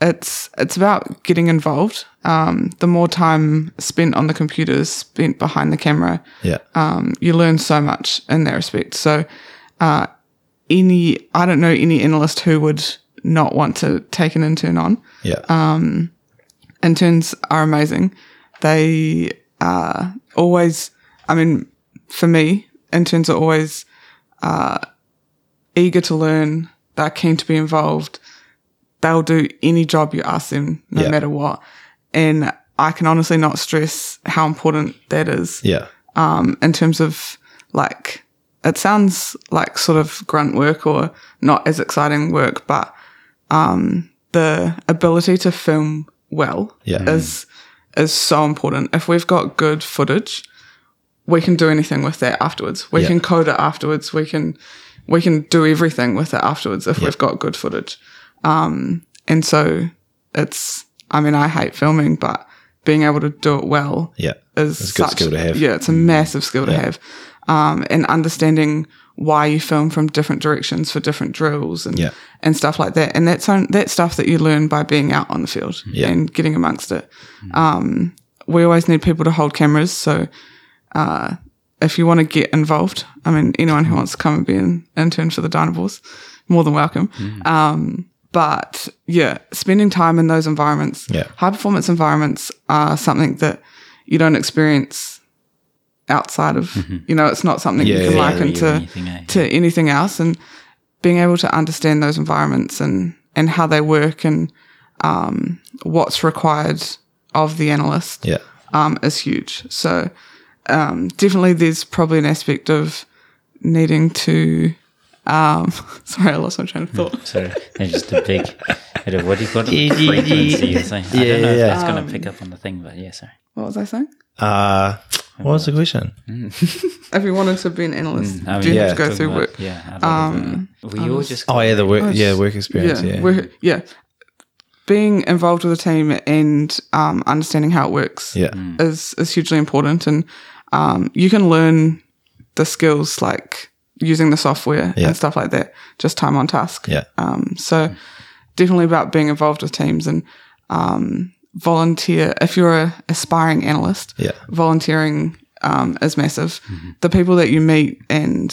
Speaker 2: it's it's about getting involved. Um, the more time spent on the computers, spent behind the camera,
Speaker 3: Yeah.
Speaker 2: um, you learn so much in that respect. So, uh, any I don't know any analyst who would not want to take an intern on
Speaker 3: Yeah.
Speaker 2: uh, interns are amazing. They are always, I mean, for me, interns are always uh, eager to learn. They're keen to be involved. They'll do any job you ask them, no
Speaker 3: Yeah.
Speaker 2: matter what. And I can honestly not stress how important that is
Speaker 3: yeah.
Speaker 2: Um, in terms of like it sounds like sort of grunt work or not as exciting work, but um, the ability to film well
Speaker 3: Yeah.
Speaker 2: is is so important. If we've got good footage, we can do anything with that afterwards. We
Speaker 3: Yeah.
Speaker 2: can code it afterwards. We can we can do everything with it afterwards if we've got good footage. Um, and so it's I mean I hate filming, but being able to do it well
Speaker 3: Yeah.
Speaker 2: is
Speaker 3: It's a good
Speaker 2: such-
Speaker 3: skill to have.
Speaker 2: Yeah, it's a massive skill to have. Um, and understanding why you film from different directions for different drills and
Speaker 3: Yeah.
Speaker 2: and stuff like that. And that's on, that's stuff that you learn by being out on the field
Speaker 3: Yeah.
Speaker 2: and getting amongst it. Um, we always need people to hold cameras, so uh, if you want to get involved, I mean, anyone who wants to come and be an intern for the Dynavores, more than welcome.
Speaker 3: Mm.
Speaker 2: Um, But yeah, spending time in those environments,
Speaker 3: Yeah.
Speaker 2: high performance environments are something that you don't experience outside of, you know, it's not something
Speaker 3: Mm-hmm.
Speaker 2: you
Speaker 3: Yeah,
Speaker 2: can
Speaker 3: yeah,
Speaker 2: liken
Speaker 1: Theory or
Speaker 2: to
Speaker 1: anything, eh?
Speaker 2: to anything else and being able to understand those environments and, and how they work and um, what's required of the analyst
Speaker 3: Yeah.
Speaker 2: um, is huge. So um, definitely there's probably an aspect of needing to, um, sorry, I lost my train of
Speaker 3: Hmm.
Speaker 2: thought.
Speaker 1: So it's just a big, bit of- what do you call it? Frequency or something. I
Speaker 3: E Yeah,
Speaker 1: don't know
Speaker 3: yeah,
Speaker 1: if
Speaker 3: yeah.
Speaker 1: it's going to pick up on the thing, but yeah, sorry.
Speaker 2: What was I saying?
Speaker 3: Uh, what was the question?
Speaker 2: If you wanted to be an analyst,
Speaker 3: Hmm. Um,
Speaker 1: I
Speaker 2: do you
Speaker 1: mean,
Speaker 2: have to
Speaker 1: talking
Speaker 2: go through
Speaker 1: about-
Speaker 2: work?
Speaker 1: Yeah. Um, we all just
Speaker 3: Oh, yeah. The work, yeah, work
Speaker 2: Yeah,
Speaker 3: experience. Yeah.
Speaker 2: We're, yeah. Being involved with a team and um, understanding how it works
Speaker 3: yeah.
Speaker 2: is is hugely important, and um, you can learn the skills like using the software
Speaker 3: Yeah.
Speaker 2: and stuff like that just time on task.
Speaker 3: Yeah.
Speaker 2: Um,
Speaker 3: Mm-hmm.
Speaker 2: so definitely about being involved with teams and um, volunteer. If you're a aspiring analyst,
Speaker 3: Yeah. Mm-hmm.
Speaker 2: volunteering um, is massive. The people that you meet and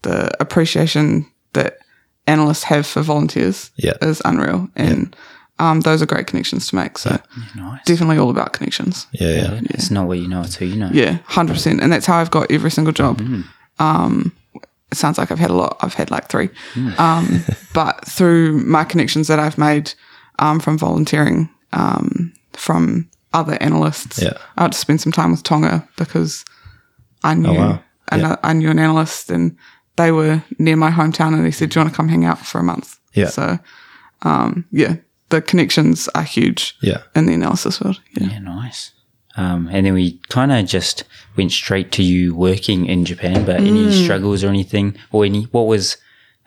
Speaker 2: the appreciation that analysts have for volunteers
Speaker 3: Yeah.
Speaker 2: is unreal. And um, those are great connections to make. So
Speaker 1: nice.
Speaker 2: definitely all about connections.
Speaker 3: Yeah. Yeah.
Speaker 1: It's not what you know, it's who you know.
Speaker 2: Yeah, 100%. And that's how I've got every single job.
Speaker 3: Mm.
Speaker 2: Um, it sounds like I've had a lot. I've had like three.
Speaker 3: Mm.
Speaker 2: Um, but through my connections that I've made um, from volunteering, um, from other analysts,
Speaker 3: Yeah. Oh,
Speaker 2: I had to spend some time with Tonga because I knew
Speaker 3: wow.
Speaker 2: and I, I knew an analyst and they were near my hometown and he said, Do you want to come hang out for a month?
Speaker 3: Yeah.
Speaker 2: So, um, yeah, the connections are huge
Speaker 3: Yeah.
Speaker 2: in the analysis world. Yeah.
Speaker 1: Yeah, nice. Um, and then we kind of just went straight to you working in Japan, but any struggles or anything, or any, what was,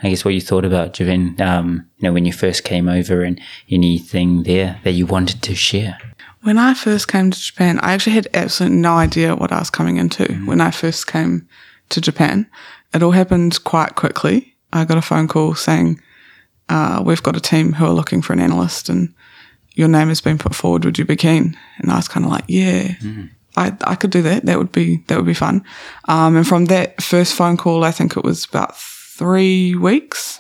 Speaker 1: I guess, what you thought about Japan, um, you know, when you first came over and anything there that you wanted to share?
Speaker 2: When I first came to Japan, I actually had absolutely no idea what I was coming into when I first came to Japan. It all happened quite quickly. I got a phone call saying, uh, We've got a team who are looking for an analyst and your name has been put forward. Would you be keen? And I was kind of like, Yeah. I, I could do that. That would be that would be fun. Um, and from that first phone call, I think it was about three weeks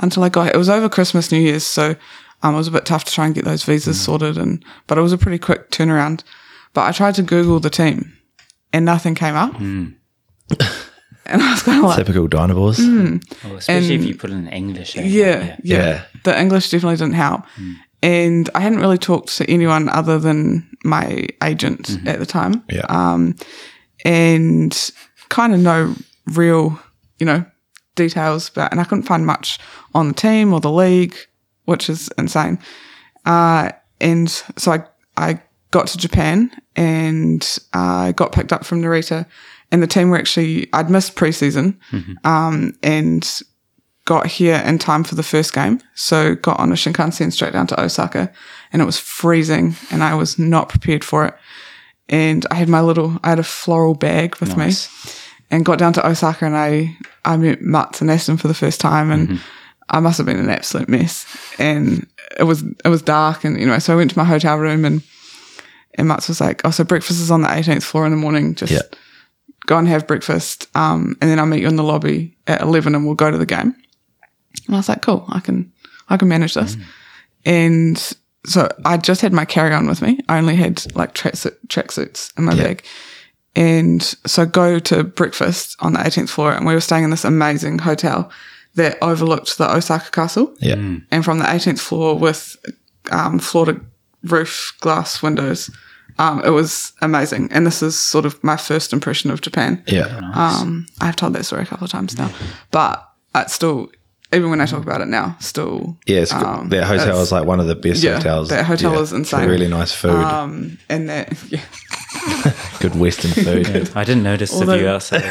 Speaker 2: until I got it was over Christmas, New Year's, so um, it was a bit tough to try and get those visas sorted. And but it was a pretty quick turnaround. But I tried to Google the team, and nothing came up. And I was kind of like,
Speaker 3: Typical Dynavores.
Speaker 2: mm,
Speaker 1: Well, especially if
Speaker 2: And-
Speaker 1: you put it in English. eh?
Speaker 2: yeah, yeah,
Speaker 3: Yeah.
Speaker 2: The English definitely didn't help. And I hadn't really talked to anyone other than my agent at the time.
Speaker 3: Yeah.
Speaker 2: um, and kind of no real, you know, details about. And I couldn't find much on the team or the league, which is insane. Uh, and so I I got to Japan and I got picked up from Narita, and the team were actually I'd missed preseason, um, and got here in time for the first game. So got on a Shinkansen straight down to Osaka, and it was freezing, and I was not prepared for it and I had my little, I had a floral bag with me, and got down to Osaka, and I I met Mats and Aston for the first time, and I must have been an absolute mess, and it was it was dark, and you know, so I went to my hotel room, and and Mats was like, oh, so breakfast is on the 18th floor in the morning, just
Speaker 3: Yeah.
Speaker 2: go and have breakfast, um, and then I'll meet you in the lobby at 11, and we'll go to the game, and I was like, cool, I can I can manage this, and so I just had my carry on with me. I only had like tracksuit tracksuits in my bag, and so I go to breakfast on the 18th floor, and we were staying in this amazing hotel that overlooked the Osaka Castle.
Speaker 3: Yeah.
Speaker 2: And from the 18th floor with um, floor to roof glass windows, um, it was amazing. And this is sort of my first impression of Japan.
Speaker 3: Yeah.
Speaker 2: Um, I've told that story a couple of times now, but it's still, even when I talk about it now, still
Speaker 3: Yeah. It's
Speaker 2: Um,
Speaker 3: good. That hotel
Speaker 2: that's-
Speaker 3: is like one of the best
Speaker 2: yeah,
Speaker 3: hotels.
Speaker 2: that hotel is
Speaker 3: It's
Speaker 2: insane.
Speaker 3: Really nice food.
Speaker 2: Um, and that, yeah,
Speaker 3: good Western food.
Speaker 1: I didn't notice the
Speaker 2: Although-
Speaker 1: view outside.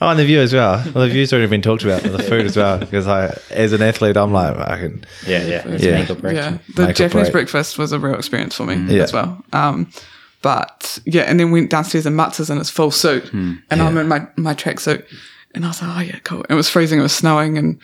Speaker 4: Oh, and the view as well. Well, the view's already been talked about.
Speaker 3: But the food as well, because I, as an athlete, I'm like, I can.
Speaker 1: yeah, yeah. It's
Speaker 3: Yeah.
Speaker 1: make or break.
Speaker 2: yeah, the
Speaker 3: Make or
Speaker 2: Japanese
Speaker 3: break.
Speaker 2: breakfast was a real experience for me
Speaker 3: Mm. Yeah.
Speaker 2: as well. Um, but yeah, and then went downstairs and Mats is in his full suit,
Speaker 3: Hmm.
Speaker 2: and I'm in my my tracksuit, and I was like, oh yeah, cool. It was freezing, it was snowing, and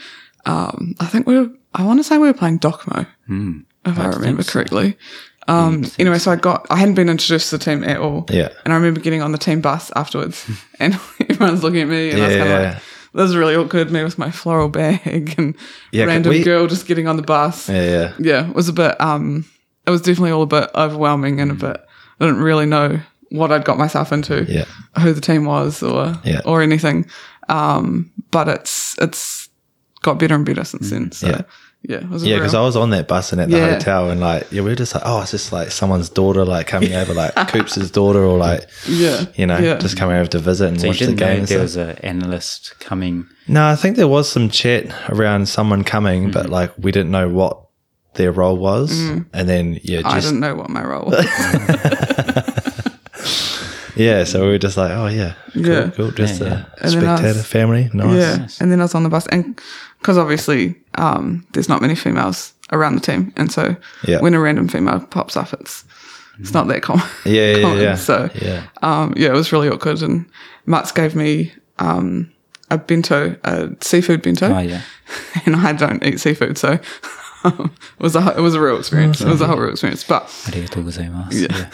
Speaker 2: um, I think we were, I want to say we were playing Docmo,
Speaker 3: Hmm.
Speaker 2: if I, remember correctly. Um, anyway, so I got, I hadn't been introduced to the team at all.
Speaker 3: Yeah.
Speaker 2: And I remember getting on the team bus afterwards and everyone's looking at me and I was kind of
Speaker 3: Yeah.
Speaker 2: like, this is really awkward, me with my floral bag and
Speaker 3: Yeah, 'cause
Speaker 2: random
Speaker 3: we-
Speaker 2: girl just getting on the bus
Speaker 3: Yeah. yeah.
Speaker 2: yeah, it was a bit. Um, it was definitely all a bit overwhelming
Speaker 4: Mm.
Speaker 2: and a bit. I didn't really know what I'd got myself into,
Speaker 3: Yeah.
Speaker 2: who the team was, or
Speaker 3: Yeah.
Speaker 2: or anything. Um, but it's it's got better and better since then. So
Speaker 3: Yeah.
Speaker 2: yeah, it was a
Speaker 4: Mm. Yeah,
Speaker 2: real-
Speaker 4: because I was on that bus and at the
Speaker 2: Yeah.
Speaker 4: hotel, and like, yeah, we were just like, oh, it's just like someone's daughter, like coming over, like Coops' daughter, or like,
Speaker 2: yeah,
Speaker 4: you know,
Speaker 2: yeah.
Speaker 4: just coming over to visit and
Speaker 3: So
Speaker 1: You
Speaker 4: watch the
Speaker 1: didn't know
Speaker 4: game. and
Speaker 1: there
Speaker 4: stuff.
Speaker 1: was an analyst coming.
Speaker 4: No, I think there was some chat around someone coming,
Speaker 2: Mm-hmm.
Speaker 4: but like we didn't know what their role was. And then, yeah,
Speaker 2: I
Speaker 4: just,
Speaker 2: didn't know what my role was.
Speaker 4: yeah, so we were just like, oh, yeah, cool,
Speaker 2: Yeah.
Speaker 4: cool, just a
Speaker 2: And then I was-
Speaker 4: spectator family, nice.
Speaker 2: Yeah, and then I was on the bus, and because obviously um, there's not many females around the team, and so
Speaker 4: Yeah.
Speaker 2: when a random female pops up, it's it's not that common.
Speaker 4: Yeah, yeah,
Speaker 2: common.
Speaker 4: yeah.
Speaker 2: So
Speaker 4: Yeah.
Speaker 2: um, yeah, it was really awkward. And Mats gave me um, a bento, a seafood bento,
Speaker 1: Oh, yeah.
Speaker 2: and I don't eat seafood, so um, it was a it was a real experience.
Speaker 1: Oh,
Speaker 2: It was a whole real experience, but
Speaker 1: Arigatou gozaimasu. Yeah.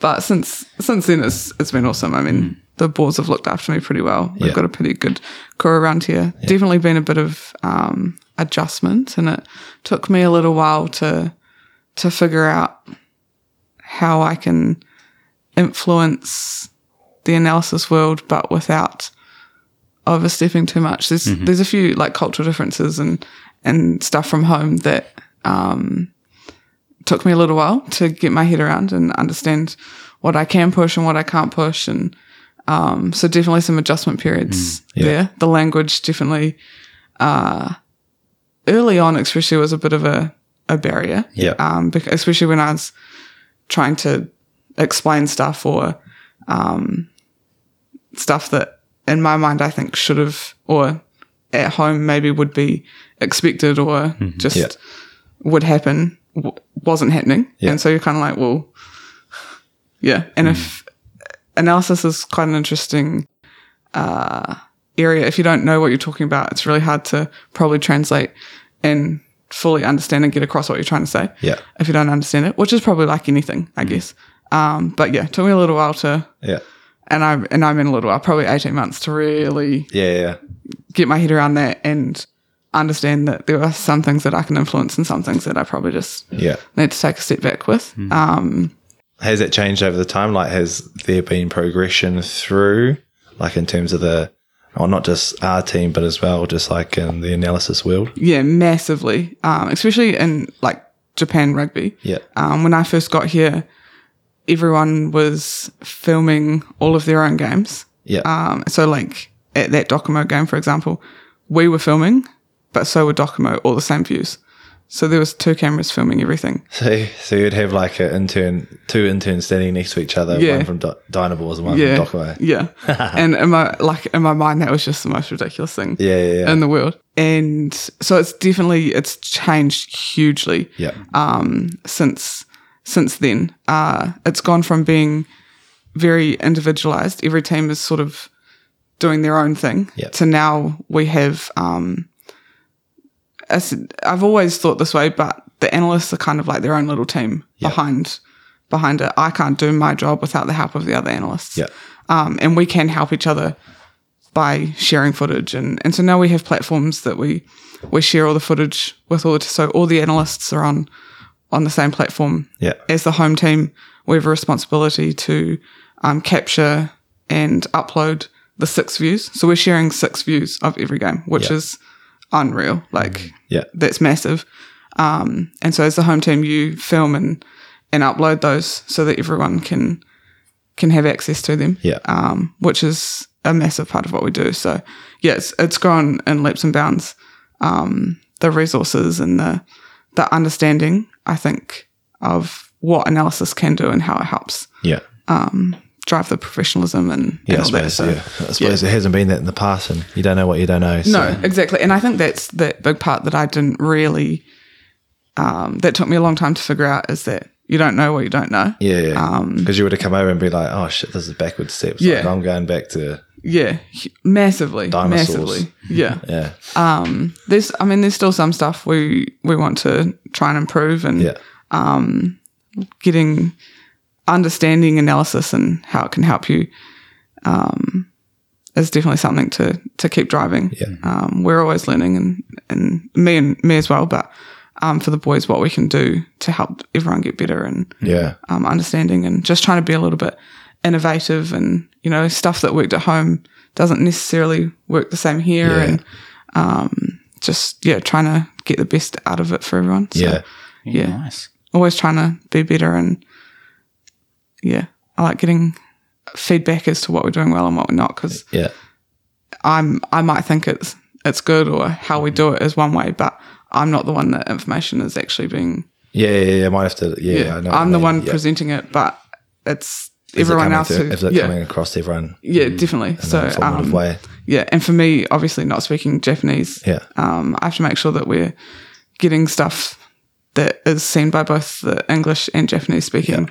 Speaker 2: but since since then, it's it's been awesome. I mean, the Boers have looked after me pretty well. We've
Speaker 4: Yeah.
Speaker 2: got a pretty good crew around here. Definitely been a bit of um, adjustment, and it took me a little while to to figure out how I can influence the analysis world, but without overstepping too much. There's there's a few like cultural differences and and stuff from home that took me a little while to get my head around and understand what I can push and what I can't push. And um, so definitely some adjustment
Speaker 4: Mm,
Speaker 2: periods there. The language definitely uh, early on, especially, was a bit of a, a barrier.
Speaker 4: Yeah.
Speaker 2: Um, bec- especially when I was trying to explain stuff or um, stuff that in my mind I think should have or at home maybe would be expected or just
Speaker 4: Mm-hmm. Yeah.
Speaker 2: would happen w- wasn't happening. And so you're kind of like, well, yeah. And if analysis is quite an interesting uh, area, if you don't know what you're talking about, it's really hard to probably translate and fully understand and get across what you're trying to say.
Speaker 4: Yeah.
Speaker 2: If you don't understand it, which is probably like anything, I guess. Um, but yeah, took me a little while to,
Speaker 4: Yeah.
Speaker 2: and I and I mean a little while, probably eighteen months to really
Speaker 4: Yeah. Yeah.
Speaker 2: get my head around that and understand that there are some things that I can influence and some things that I probably just
Speaker 4: Yeah.
Speaker 2: need to take a step back with.
Speaker 4: Mm-hmm.
Speaker 2: Um,
Speaker 4: Has it changed over the time? Like, has there been progression through, like, in terms of the or not just our team, but as well, just like in the analysis world.
Speaker 2: Yeah, massively. Um, especially in like Japan rugby.
Speaker 4: Yeah.
Speaker 2: Um, when I first got here, everyone was filming all of their own games.
Speaker 4: Yeah.
Speaker 2: Um, so like at that Docomo game, for example, we were filming, but so were Docomo, all the same views. So there was two cameras filming everything.
Speaker 4: So, so you'd have like an intern, two interns standing next to each other,
Speaker 2: Yeah.
Speaker 4: one from D- Dynaballs and one
Speaker 2: Yeah,
Speaker 4: from Dockway.
Speaker 2: yeah. and in my like in my mind, that was just the most ridiculous thing
Speaker 4: Yeah, yeah, yeah.
Speaker 2: in the world. And so it's definitely it's changed hugely.
Speaker 4: yeah.
Speaker 2: since since then. Uh, it's gone from being very individualized. Every team is sort of doing their own thing.
Speaker 4: Yep.
Speaker 2: To now we have. Um, as- I've always thought this way, but the analysts are kind of like their own little team behind behind it. I can't do my job without the help of the other analysts.
Speaker 4: Yeah.
Speaker 2: Um, and we can help each other by sharing footage and, and so now we have platforms that we we share all the footage with all the so all the analysts are on on the same platform
Speaker 4: Yeah.
Speaker 2: as the home team we have a responsibility to um, capture and upload the six views so we're sharing six views of every game which is unreal like
Speaker 4: Yeah.
Speaker 2: that's massive um, and so as the home team you film and and upload those so that everyone can can have access to them
Speaker 4: Yeah.
Speaker 2: um, which is a massive part of what we do. So, yes, it's grown in leaps and bounds. Um, the resources and the the understanding, I think, of what analysis can do and how it helps
Speaker 4: yeah.
Speaker 2: drive the professionalism and,
Speaker 4: Yeah,
Speaker 2: and
Speaker 4: I
Speaker 2: all that.
Speaker 4: suppose,
Speaker 2: So,
Speaker 4: yeah. I suppose it hasn't been that in the past, and you don't know what you don't know. So.
Speaker 2: no, exactly. And I think that's that big part that I didn't really. Um, that took me a long time to figure out is that you don't know what you don't know.
Speaker 4: Yeah, yeah. Because you would have come over and be like, "Oh shit, this is backward steps."
Speaker 2: Um, Yeah.
Speaker 4: Like, I'm going back to
Speaker 2: Yeah, hu- massively,
Speaker 4: Dinosaurs.
Speaker 2: massively. Yeah,
Speaker 4: yeah,
Speaker 2: there's I mean there's still some stuff we we want to try and improve and
Speaker 4: yeah,
Speaker 2: getting understanding analysis and how it can help you um, is definitely something to to keep driving.
Speaker 4: Yeah. Mm-hmm.
Speaker 2: Um, we're always learning and and me and me as well, but um, for the boys, what we can do to help everyone get better and
Speaker 4: yeah,
Speaker 2: um, understanding and just trying to be a little bit innovative and you know stuff that worked at home doesn't necessarily work the same here
Speaker 4: Yeah.
Speaker 2: and um, just yeah trying to get the best out of it for everyone so,
Speaker 4: yeah.
Speaker 1: Yeah,
Speaker 2: Yeah.
Speaker 1: nice.
Speaker 2: always trying to be better and yeah i like getting feedback as to what we're doing well and what we're not because
Speaker 4: yeah.
Speaker 2: i'm i might think it's it's good or how we do it is one way but i'm not the one that information is actually being
Speaker 4: Yeah, yeah, yeah. I might have to. Yeah, I know. what
Speaker 2: i'm
Speaker 4: you
Speaker 2: the
Speaker 4: mean.
Speaker 2: one
Speaker 4: Yeah.
Speaker 2: presenting it but it's
Speaker 4: Is it
Speaker 2: everyone
Speaker 4: coming
Speaker 2: else
Speaker 4: through-
Speaker 2: who,
Speaker 4: Is it
Speaker 2: yeah
Speaker 4: coming across to everyone?
Speaker 2: yeah definitely
Speaker 4: in
Speaker 2: so
Speaker 4: a formative
Speaker 2: um,
Speaker 4: way.
Speaker 2: yeah and for me obviously not speaking japanese
Speaker 4: Yeah,
Speaker 2: um, I have to make sure that we're getting stuff that is seen by both the English and Japanese speaking.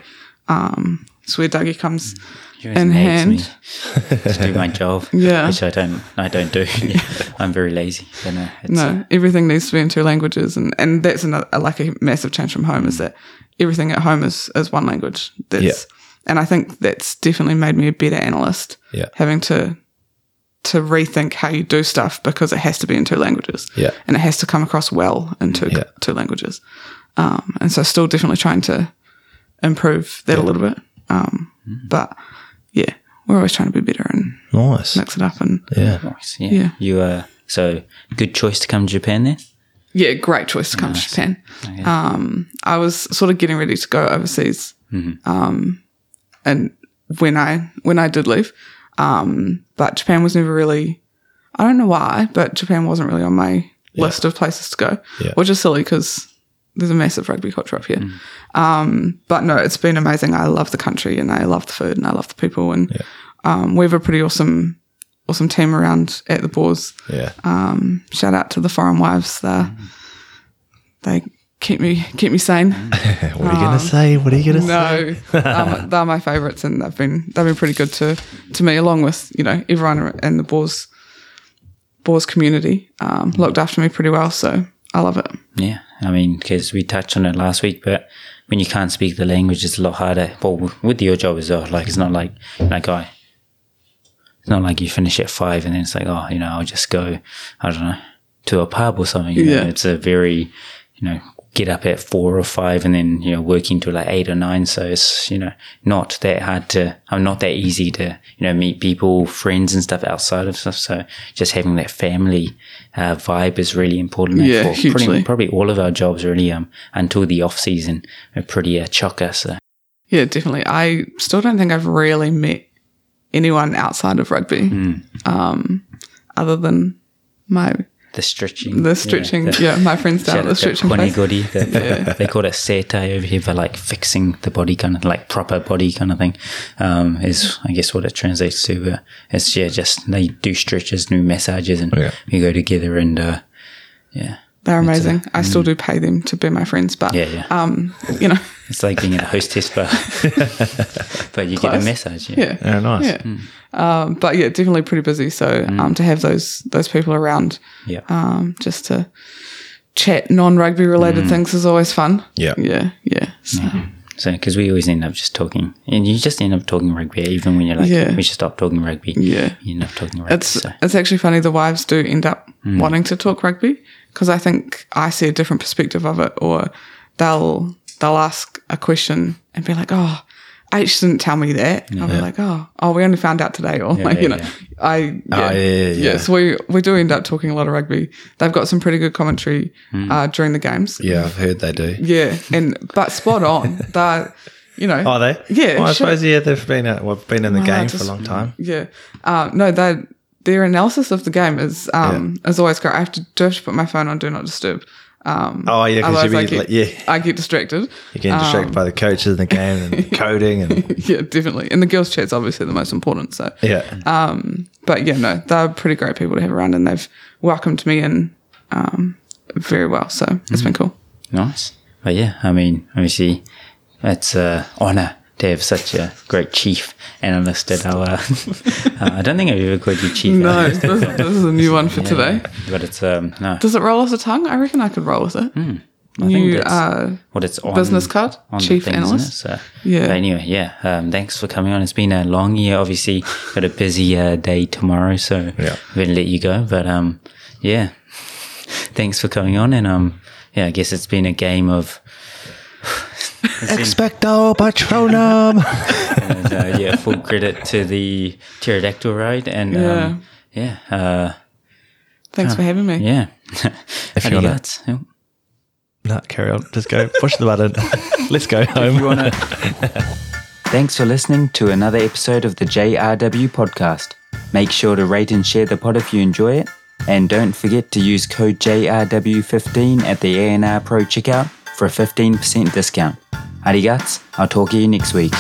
Speaker 2: Um, it's where Dougie comes
Speaker 1: You
Speaker 2: in hand.
Speaker 1: me to do my job.
Speaker 2: Yeah.
Speaker 1: Which I don't I don't do. I'm very lazy. So no, it's,
Speaker 2: No, everything needs to be in two languages, and, and that's another like a massive change from home
Speaker 4: Mm.
Speaker 2: is that everything at home is is one language. That's and I think that's definitely made me a better analyst.
Speaker 4: Yeah.
Speaker 2: having to to rethink how you do stuff because it has to be in two languages.
Speaker 4: Yeah.
Speaker 2: and it has to come across well in two
Speaker 4: Yeah.
Speaker 2: two languages. Um, and so still definitely trying to improve that a little bit. Um,
Speaker 4: Mm-hmm.
Speaker 2: but yeah, we're always trying to be better and
Speaker 4: nice.
Speaker 2: mix it up and
Speaker 4: Yeah,
Speaker 1: Nice. Yeah.
Speaker 2: Yeah.
Speaker 1: You uh so good choice to come to Japan then?
Speaker 2: Yeah, great choice to come to Japan. Um, I was sort of getting ready to go overseas, um, and when I when I did leave, um, but Japan was never really. I don't know why, but Japan wasn't really on my list of places to go,
Speaker 4: Yeah.
Speaker 2: which is silly because there's a massive rugby culture up here. Um, but no, it's been amazing. I love the country and I love the food and I love the people and um, we have a pretty awesome awesome team around at the Boars
Speaker 4: yeah,
Speaker 2: Uh, shout out to the foreign wives. They they keep me keep me sane.
Speaker 4: What are you gonna say? What are you gonna say?
Speaker 2: uh, No, um, they're my favourites, and they've been they've been pretty good to to me, along with you know everyone in the Boers Boers community. Um, looked after me pretty well, so I love it.
Speaker 1: Yeah, I mean, because we touched on it last week, but when you can't speak the language, it's a lot harder. Well, w- with your job as well, like it's not like like I, it's not like you finish at five and then it's like, oh, you know, I'll just go, I don't know, to a pub or something. You know,
Speaker 2: Yeah.
Speaker 1: it's a very, you know, get up at four or five and then, you know, working till like eight or nine. So it's, you know, not that hard to, I'm not that easy to, you know, meet people, friends and stuff outside of stuff. So just having that family uh, vibe is really important.
Speaker 2: Yeah,
Speaker 1: for pretty,
Speaker 2: hugely.
Speaker 1: probably all of our jobs really, um, until the off season are pretty uh, chocker. So
Speaker 2: Yeah, definitely. I still don't think I've really met anyone outside of rugby, um, other than my
Speaker 1: the stretching,
Speaker 2: the stretching.
Speaker 1: the-
Speaker 2: Yeah, my friends down at the stretching place.
Speaker 1: Ponegori, the- They call it setai over here for like fixing the body kind of like proper body kind of thing. Um, is I guess what it translates to. But it's yeah, just they do stretches, do massages, and
Speaker 4: Yeah.
Speaker 1: we go together and uh, yeah,
Speaker 2: They're amazing. I still do pay them to be my friends, but
Speaker 1: yeah, yeah.
Speaker 2: um, you know,
Speaker 1: it's like being at a hostess bar, but you get a
Speaker 2: Close.
Speaker 1: massage. Yeah.
Speaker 2: yeah.
Speaker 4: Yeah, Oh, nice.
Speaker 2: Yeah. Um, but yeah, definitely pretty busy. So um, to have those those people around
Speaker 1: Yeah.
Speaker 2: um, just to chat non rugby related things is always fun.
Speaker 4: Yeah.
Speaker 2: Yeah. Yeah. So,
Speaker 1: So, because we always end up just talking, and you just end up talking rugby, even when you're like,
Speaker 2: Yeah.
Speaker 1: we should stop talking rugby.
Speaker 2: Yeah.
Speaker 1: you end up talking rugby.
Speaker 2: It's
Speaker 1: so.
Speaker 2: it's actually funny. The wives do end up
Speaker 4: Hmm.
Speaker 2: wanting to talk rugby because I think I see a different perspective of it, or they'll they'll ask a question and be like, "Oh, H didn't tell me that." I'll be like, "Oh, oh, we only found out today," or like you know,
Speaker 1: yeah.
Speaker 2: I yeah.
Speaker 4: Oh, yeah, yeah, yeah.
Speaker 2: so we we do end up talking a lot of rugby. They've got some pretty good commentary uh, during the games.
Speaker 4: Hmm. Yeah, I've heard they do.
Speaker 2: Yeah, and but spot on. They, you know,
Speaker 4: Are they?
Speaker 2: Yeah,
Speaker 4: Well, I
Speaker 2: sure.
Speaker 4: suppose yeah, they've been out, well, been in the
Speaker 2: I
Speaker 4: game for
Speaker 2: just-
Speaker 4: a long time.
Speaker 2: Yeah. Uh, no, they, their analysis of the game is um, is always great. I have to do have to put my phone on do not disturb. Um,
Speaker 4: Oh yeah, because
Speaker 2: otherwise
Speaker 4: you
Speaker 2: I
Speaker 4: be like,
Speaker 2: get,
Speaker 4: yeah,
Speaker 2: I get distracted.
Speaker 4: you're getting distracted by the coaches in the game and the coding and
Speaker 2: Yeah, definitely. And the girls' chat's obviously the most important. So,
Speaker 4: yeah,
Speaker 2: but yeah, no, they're pretty great people to have around, and they've welcomed me in um, very well. So it's been cool.
Speaker 1: Nice. But yeah, I mean, obviously, it's an honour to have such a great chief analyst at our. uh, I don't think I've ever called you chief.
Speaker 2: No,
Speaker 1: analyst.
Speaker 2: this, this is a new one for
Speaker 1: Yeah,
Speaker 2: today.
Speaker 1: But it's um no.
Speaker 2: Does it roll off the tongue? I reckon I could roll with it.
Speaker 1: I think
Speaker 2: New
Speaker 1: that's
Speaker 2: uh,
Speaker 1: what it's on
Speaker 2: business card,
Speaker 1: on the
Speaker 2: chief
Speaker 1: thing, isn't it?
Speaker 2: analyst.
Speaker 1: So,
Speaker 2: Yeah.
Speaker 1: But anyway, yeah. Um, thanks for coming on. It's been a long year. Obviously, got a busy uh, day tomorrow, so
Speaker 4: Yeah.
Speaker 1: we're gonna let you go. But um, yeah. Thanks for coming on, and um, yeah. I guess it's been a game of
Speaker 4: expecto patronum.
Speaker 1: and uh, yeah, full credit to the pterodactyl ride and
Speaker 2: Yeah.
Speaker 1: um, yeah, uh,
Speaker 2: Thanks for having me.
Speaker 1: yeah.
Speaker 4: If you
Speaker 1: How do
Speaker 4: wanna-
Speaker 1: guts? Yeah.
Speaker 4: no, carry on. Just go push the button. Let's go home.
Speaker 1: Thanks for listening to another episode of the JRW podcast. Make sure to rate and share the pod if you enjoy it, and don't forget to use code JRW15 at the ANR Pro checkout for a 15% discount. Arigats, I'll talk to you next week.